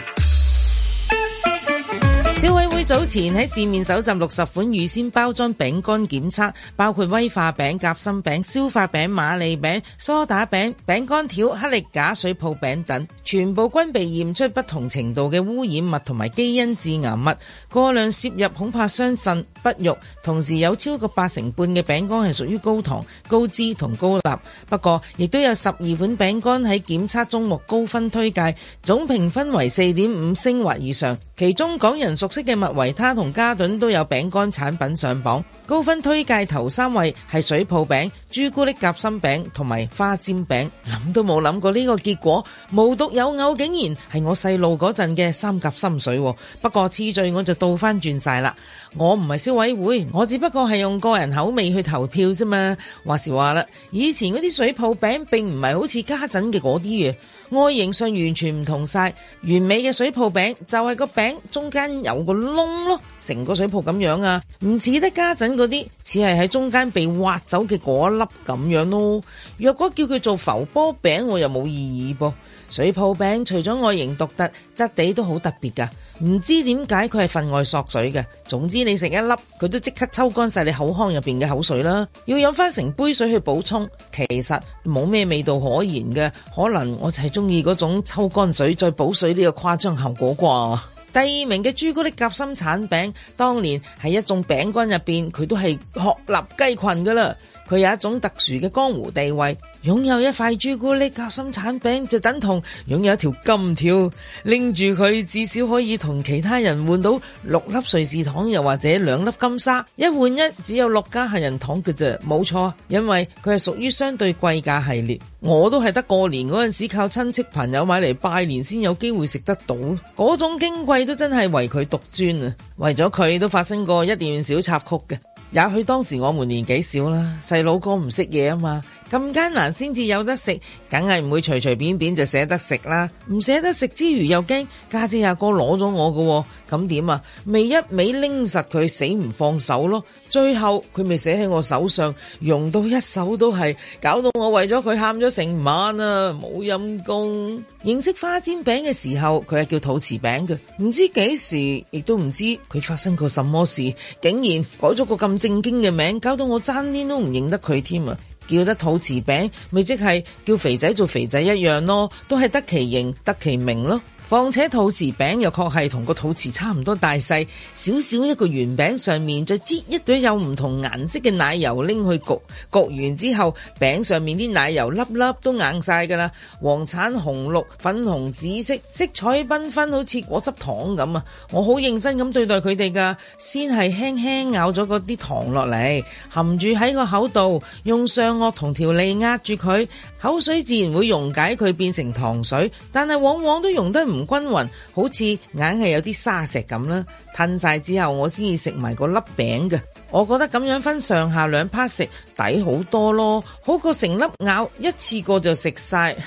D: 消委會早前喺市面搜集六十款預先包裝餅乾檢測，包括威化餅、夾心餅、消化餅、馬利餅、梳打餅、餅乾條、克力架水泡餅等，全部均被驗出不同程度嘅污染物同埋基因致癌物，過量攝入恐怕傷腎不育。同時有超過八成半嘅餅乾係屬於高糖、高脂同高鈉。不過，亦都有十二款餅乾喺檢測中獲高分推介，總評分為四點五星或以上。其中港人熟悉嘅麥維他同嘉頓都有餅乾產品上榜，高分推介頭三位係水泡餅、朱古力夾心餅同埋花尖餅。諗都冇諗過呢個結果，無獨有偶，竟然係我細路嗰陣嘅三甲心水喎。不過次序我就倒翻轉晒啦，我唔係消委會，我只不過係用個人口味去投票啫嘛。話時話啦，以前嗰啲水泡餅並唔係好似家陣嘅嗰啲嘢，外形上完全唔同晒。完美嘅水泡餅就係個餅中間有個窿咯，成個水泡咁樣啊，唔似得家陣嗰啲，似係喺中間被挖走嘅嗰一粒咁樣咯。若果叫佢做浮波餅，我又冇異議噃。水泡餅除咗外形獨特，質地都好特別㗎。唔知點解佢係分外索水嘅。總之你食一粒，佢都即刻抽乾晒你口腔入邊嘅口水啦，要飲翻成杯水去補充。其實冇咩味道可言嘅，可能我就係中意嗰種抽乾水再補水呢個誇張效果啩。第二名嘅朱古力夾心橙餅，當年喺一眾餅乾入邊，佢都係鶴立雞群噶啦。佢有一種特殊嘅江湖地位，擁有一塊朱古力夾心橙餅就等同擁有一條金條，拎住佢至少可以同其他人換到六粒瑞士糖，又或者兩粒金沙，一換一只有六家杏仁糖嘅啫，冇錯，因為佢係屬於相對貴價系列。我都係得過年嗰陣時靠親戚朋友買嚟拜年先有機會食得到，嗰種矜貴都真係為佢獨尊啊！為咗佢都發生過一段小插曲嘅。也許當時我們年紀少啦，細佬哥唔識嘢啊嘛，咁艱難先至有得食，梗係唔會隨隨便便就捨得食啦。唔捨得食之餘又驚家姐阿哥攞咗我㗎喎，咁點啊？咪一味拎實佢，死唔放手咯。最後佢咪寫喺我手上，用到一手都係，搞到我為咗佢喊咗成晚啊！冇陰功。認識花煎餅嘅時候，佢係叫肚臍餅嘅，唔知幾時，亦都唔知佢發生過什麼事，竟然改咗個咁正經嘅名，搞到我爭啲都唔認得佢添啊！叫得肚臍餅，咪即係叫肥仔做肥仔一樣咯，都係得其形得其名咯。況且肚臍餅又確係同個肚臍差唔多大細，少少一個圓餅上面再擠一堆有唔同顏色嘅奶油拎去焗，焗完之後餅上面啲奶油粒粒都硬晒㗎啦，黃橙紅綠粉紅紫色，色彩繽紛，好似果汁糖咁啊！我好認真咁對待佢哋㗎，先係輕輕咬咗嗰啲糖落嚟，含住喺個口度，用上顎同條脷壓住佢，口水自然會溶解佢變成糖水，但係往往都溶得唔唔均勻，好似硬係有啲沙石咁啦。吞晒之後，我先至食埋個粒餅嘅。我覺得咁樣分上下兩 part 食抵好多咯，好過成粒咬一次過就食晒。 [laughs]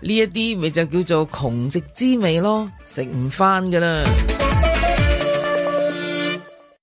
D: 呢一啲咪就叫做窮極滋味咯，食唔翻噶啦。